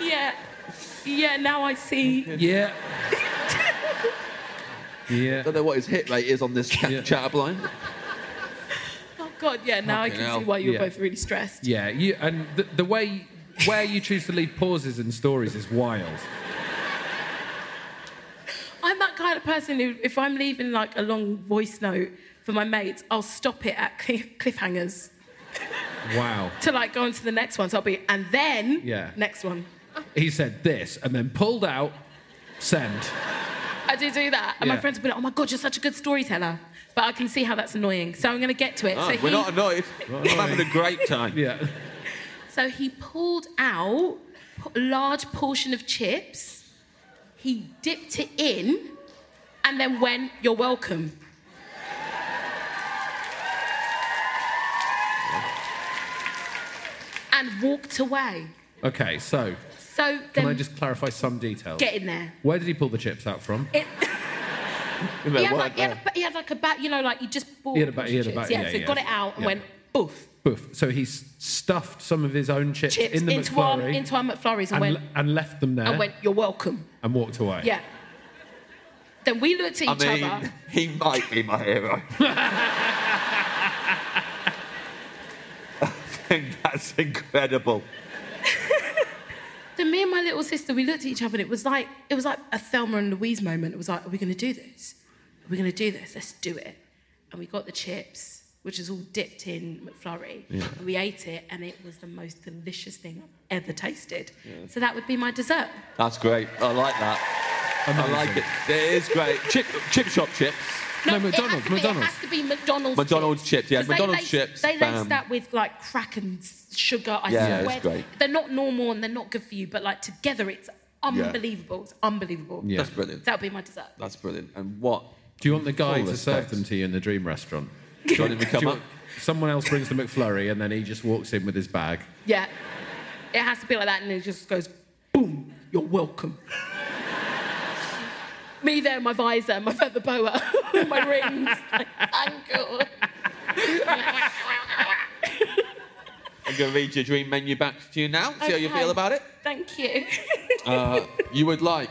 [SPEAKER 4] yeah, now I see.
[SPEAKER 1] Yeah. yeah.
[SPEAKER 3] don't know what his hit rate is on this chat,
[SPEAKER 1] Yeah.
[SPEAKER 3] chat up line.
[SPEAKER 4] Oh, God, yeah, now I
[SPEAKER 3] Fucking
[SPEAKER 4] can
[SPEAKER 3] hell.
[SPEAKER 4] see why you were
[SPEAKER 1] Yeah.
[SPEAKER 4] both really stressed.
[SPEAKER 1] Yeah, you and the, the way where you choose to leave pauses in stories is wild.
[SPEAKER 4] I'm that kind of person who, if I'm leaving like a long voice note for my mates, I'll stop it at cliff- cliffhangers
[SPEAKER 1] Wow.
[SPEAKER 4] to like go on to the next one. So I'll be, and then,
[SPEAKER 1] Yeah.
[SPEAKER 4] next one.
[SPEAKER 1] He said this and then pulled out send.
[SPEAKER 4] I do do that. And
[SPEAKER 1] Yeah.
[SPEAKER 4] my friends will be like, oh my God, you're such a good storyteller. But I can see how that's annoying. So I'm going to get to it.
[SPEAKER 3] Ah,
[SPEAKER 4] so, he,
[SPEAKER 3] we're not annoyed. We're having a great time.
[SPEAKER 1] Yeah.
[SPEAKER 4] so he pulled out a large portion of chips, he dipped it in, and then went, you're welcome. And walked away.
[SPEAKER 1] Okay, so
[SPEAKER 4] So
[SPEAKER 1] can
[SPEAKER 4] then
[SPEAKER 1] I just clarify some details?
[SPEAKER 4] get in there.
[SPEAKER 1] Where did he pull the chips out from?
[SPEAKER 4] It,
[SPEAKER 3] You know,
[SPEAKER 4] he, had
[SPEAKER 3] what
[SPEAKER 4] like, he, had
[SPEAKER 3] about-
[SPEAKER 4] a, he had like a bat, you know, like he just bought.
[SPEAKER 1] He had a ba- he had a
[SPEAKER 4] chips.
[SPEAKER 1] ba- yeah,
[SPEAKER 4] so he
[SPEAKER 1] yeah.
[SPEAKER 4] got it out and
[SPEAKER 1] Yeah.
[SPEAKER 4] went boof.
[SPEAKER 1] Boof. So he s- stuffed some of his own chips,
[SPEAKER 4] chips
[SPEAKER 1] in the
[SPEAKER 4] into, our,
[SPEAKER 1] McFlurry
[SPEAKER 4] into our McFlurries and,
[SPEAKER 1] and,
[SPEAKER 4] went,
[SPEAKER 1] le- and left them there
[SPEAKER 4] and went, You're welcome.
[SPEAKER 1] and walked away.
[SPEAKER 4] Yeah. Then we looked at each
[SPEAKER 3] I mean,
[SPEAKER 4] other.
[SPEAKER 3] he might be my hero. I think that's incredible.
[SPEAKER 4] Then me and my little sister, we looked at each other and it was like it was like a Thelma and Louise moment. It was like, Are we gonna do this? Are we gonna do this? Let's do it. And we got the chips, which is all dipped in McFlurry. And we ate it and it was the most delicious thing I've ever tasted. So that would be my dessert.
[SPEAKER 3] That's great. I like that. I
[SPEAKER 1] Amazing.
[SPEAKER 3] like it. It is great. Chip, chip shop chips.
[SPEAKER 1] No,
[SPEAKER 4] it has to
[SPEAKER 1] McDonald's,
[SPEAKER 4] be-
[SPEAKER 1] McDonald's.
[SPEAKER 4] It has to be McDonald's.
[SPEAKER 3] McDonald's chips, yeah,
[SPEAKER 4] 'Cause
[SPEAKER 3] McDonald's
[SPEAKER 4] they lace,
[SPEAKER 3] chips,
[SPEAKER 4] They lace
[SPEAKER 3] bam.
[SPEAKER 4] that with like crack and s- sugar. I
[SPEAKER 3] Yeah,
[SPEAKER 4] swear.
[SPEAKER 3] it's great.
[SPEAKER 4] They're not normal and they're not good for you, but like together, it's unbelievable. It's unbelievable.
[SPEAKER 1] Yeah.
[SPEAKER 3] That's brilliant.
[SPEAKER 4] That would be my dessert.
[SPEAKER 3] That's brilliant. And what?
[SPEAKER 1] Do you want the guy
[SPEAKER 3] Full
[SPEAKER 1] to serve
[SPEAKER 3] respect.
[SPEAKER 1] them to you in the dream restaurant?
[SPEAKER 3] Do you want him to
[SPEAKER 1] Do
[SPEAKER 3] come
[SPEAKER 1] you
[SPEAKER 3] up?
[SPEAKER 1] want- someone else brings the McFlurry and then he just walks in with his bag.
[SPEAKER 4] Yeah, it has to be like that, and it just goes boom. You're welcome. Me there, my visor, my feather boa, my rings. Like, Thank you.
[SPEAKER 3] I'm going to read your dream menu back to you now. See how you
[SPEAKER 4] Okay.
[SPEAKER 3] feel about it.
[SPEAKER 4] Thank you.
[SPEAKER 3] Uh, you would like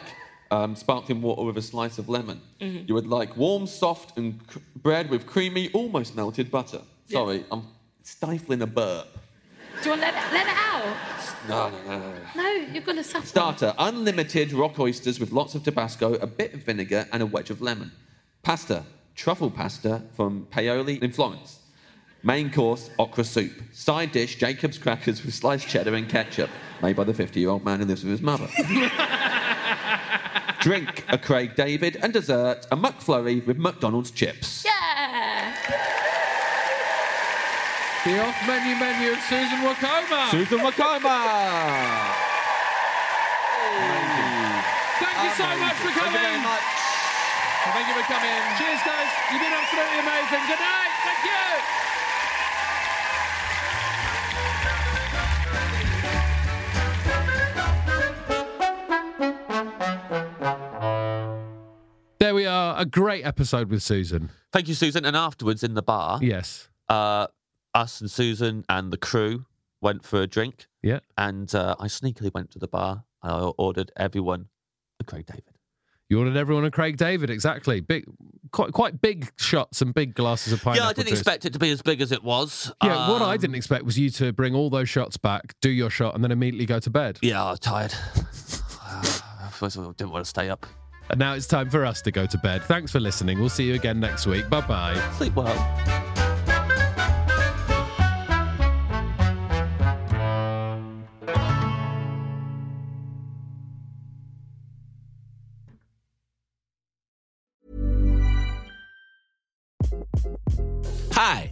[SPEAKER 3] um, sparkling water with a slice of lemon. You would like warm, soft, and cr- bread with creamy, almost melted butter. Sorry, I'm stifling a burp.
[SPEAKER 4] Do you want to let it, let it out?
[SPEAKER 3] No, no, no, no, no.
[SPEAKER 4] No, you're going to suffer.
[SPEAKER 3] Starter: unlimited rock oysters with lots of Tabasco, a bit of vinegar, and a wedge of lemon. Pasta: truffle pasta from Paoli in Florence. Main course: okra soup. Side dish: Jacob's crackers with sliced cheddar and ketchup, made by the 50-year-old man who lives with his mother. Drink: a Craig David, and dessert: a McFlurry with McDonald's chips.
[SPEAKER 4] Yeah.
[SPEAKER 1] The off menu menu of Susan Wakoma.
[SPEAKER 3] Susan Wakoma.
[SPEAKER 1] Thank you so much for coming.
[SPEAKER 3] Thank you very much. Thank you for coming.
[SPEAKER 1] Cheers, guys. You've been absolutely amazing. Good night. Thank you. There we are. A great episode with Susan.
[SPEAKER 2] Thank you, Susan. And afterwards in the bar,
[SPEAKER 1] Yes.
[SPEAKER 2] uh, us and Susan and the crew went for a drink.
[SPEAKER 1] Yeah.
[SPEAKER 2] And uh, I sneakily went to the bar and I ordered everyone a Craig David.
[SPEAKER 1] You ordered everyone a Craig David, exactly. Big, quite quite big shots and big glasses of pineapple.
[SPEAKER 2] yeah, I didn't
[SPEAKER 1] juice.
[SPEAKER 2] expect it to be as big as it was.
[SPEAKER 1] Yeah, what I
[SPEAKER 2] Um,
[SPEAKER 1] didn't expect was you to bring all those shots back, do your shot, and then immediately go to bed.
[SPEAKER 2] Yeah, I was tired. First of all, I didn't want to stay up.
[SPEAKER 1] And now it's time for us to go to bed. Thanks for listening. We'll see you again next week. Bye bye.
[SPEAKER 2] Sleep well.
[SPEAKER 5] Hi,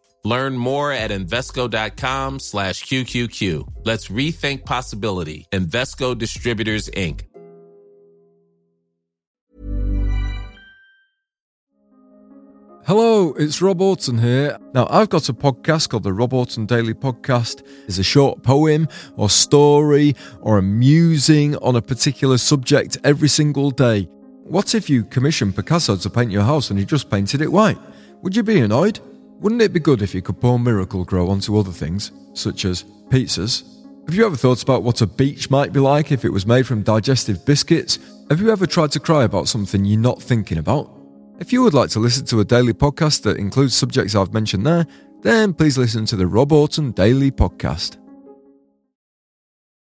[SPEAKER 5] Learn more at Invesco.com slash QQQ. Let's rethink possibility. Invesco Distributors, Inc.
[SPEAKER 6] Hello, it's Rob Orton here. Now, I've got a podcast called the Rob Orton Daily Podcast. It's a short poem or story or a musing on a particular subject every single day. What if you commissioned Picasso to paint your house and he just painted it white? Would you be annoyed? Wouldn't it be good if you could pour Miracle Grow onto other things, such as pizzas? Have you ever thought about what a beach might be like if it was made from digestive biscuits? Have you ever tried to cry about something you're not thinking about? If you would like to listen to a daily podcast that includes subjects I've mentioned there, then please listen to the Rob Orton Daily Podcast.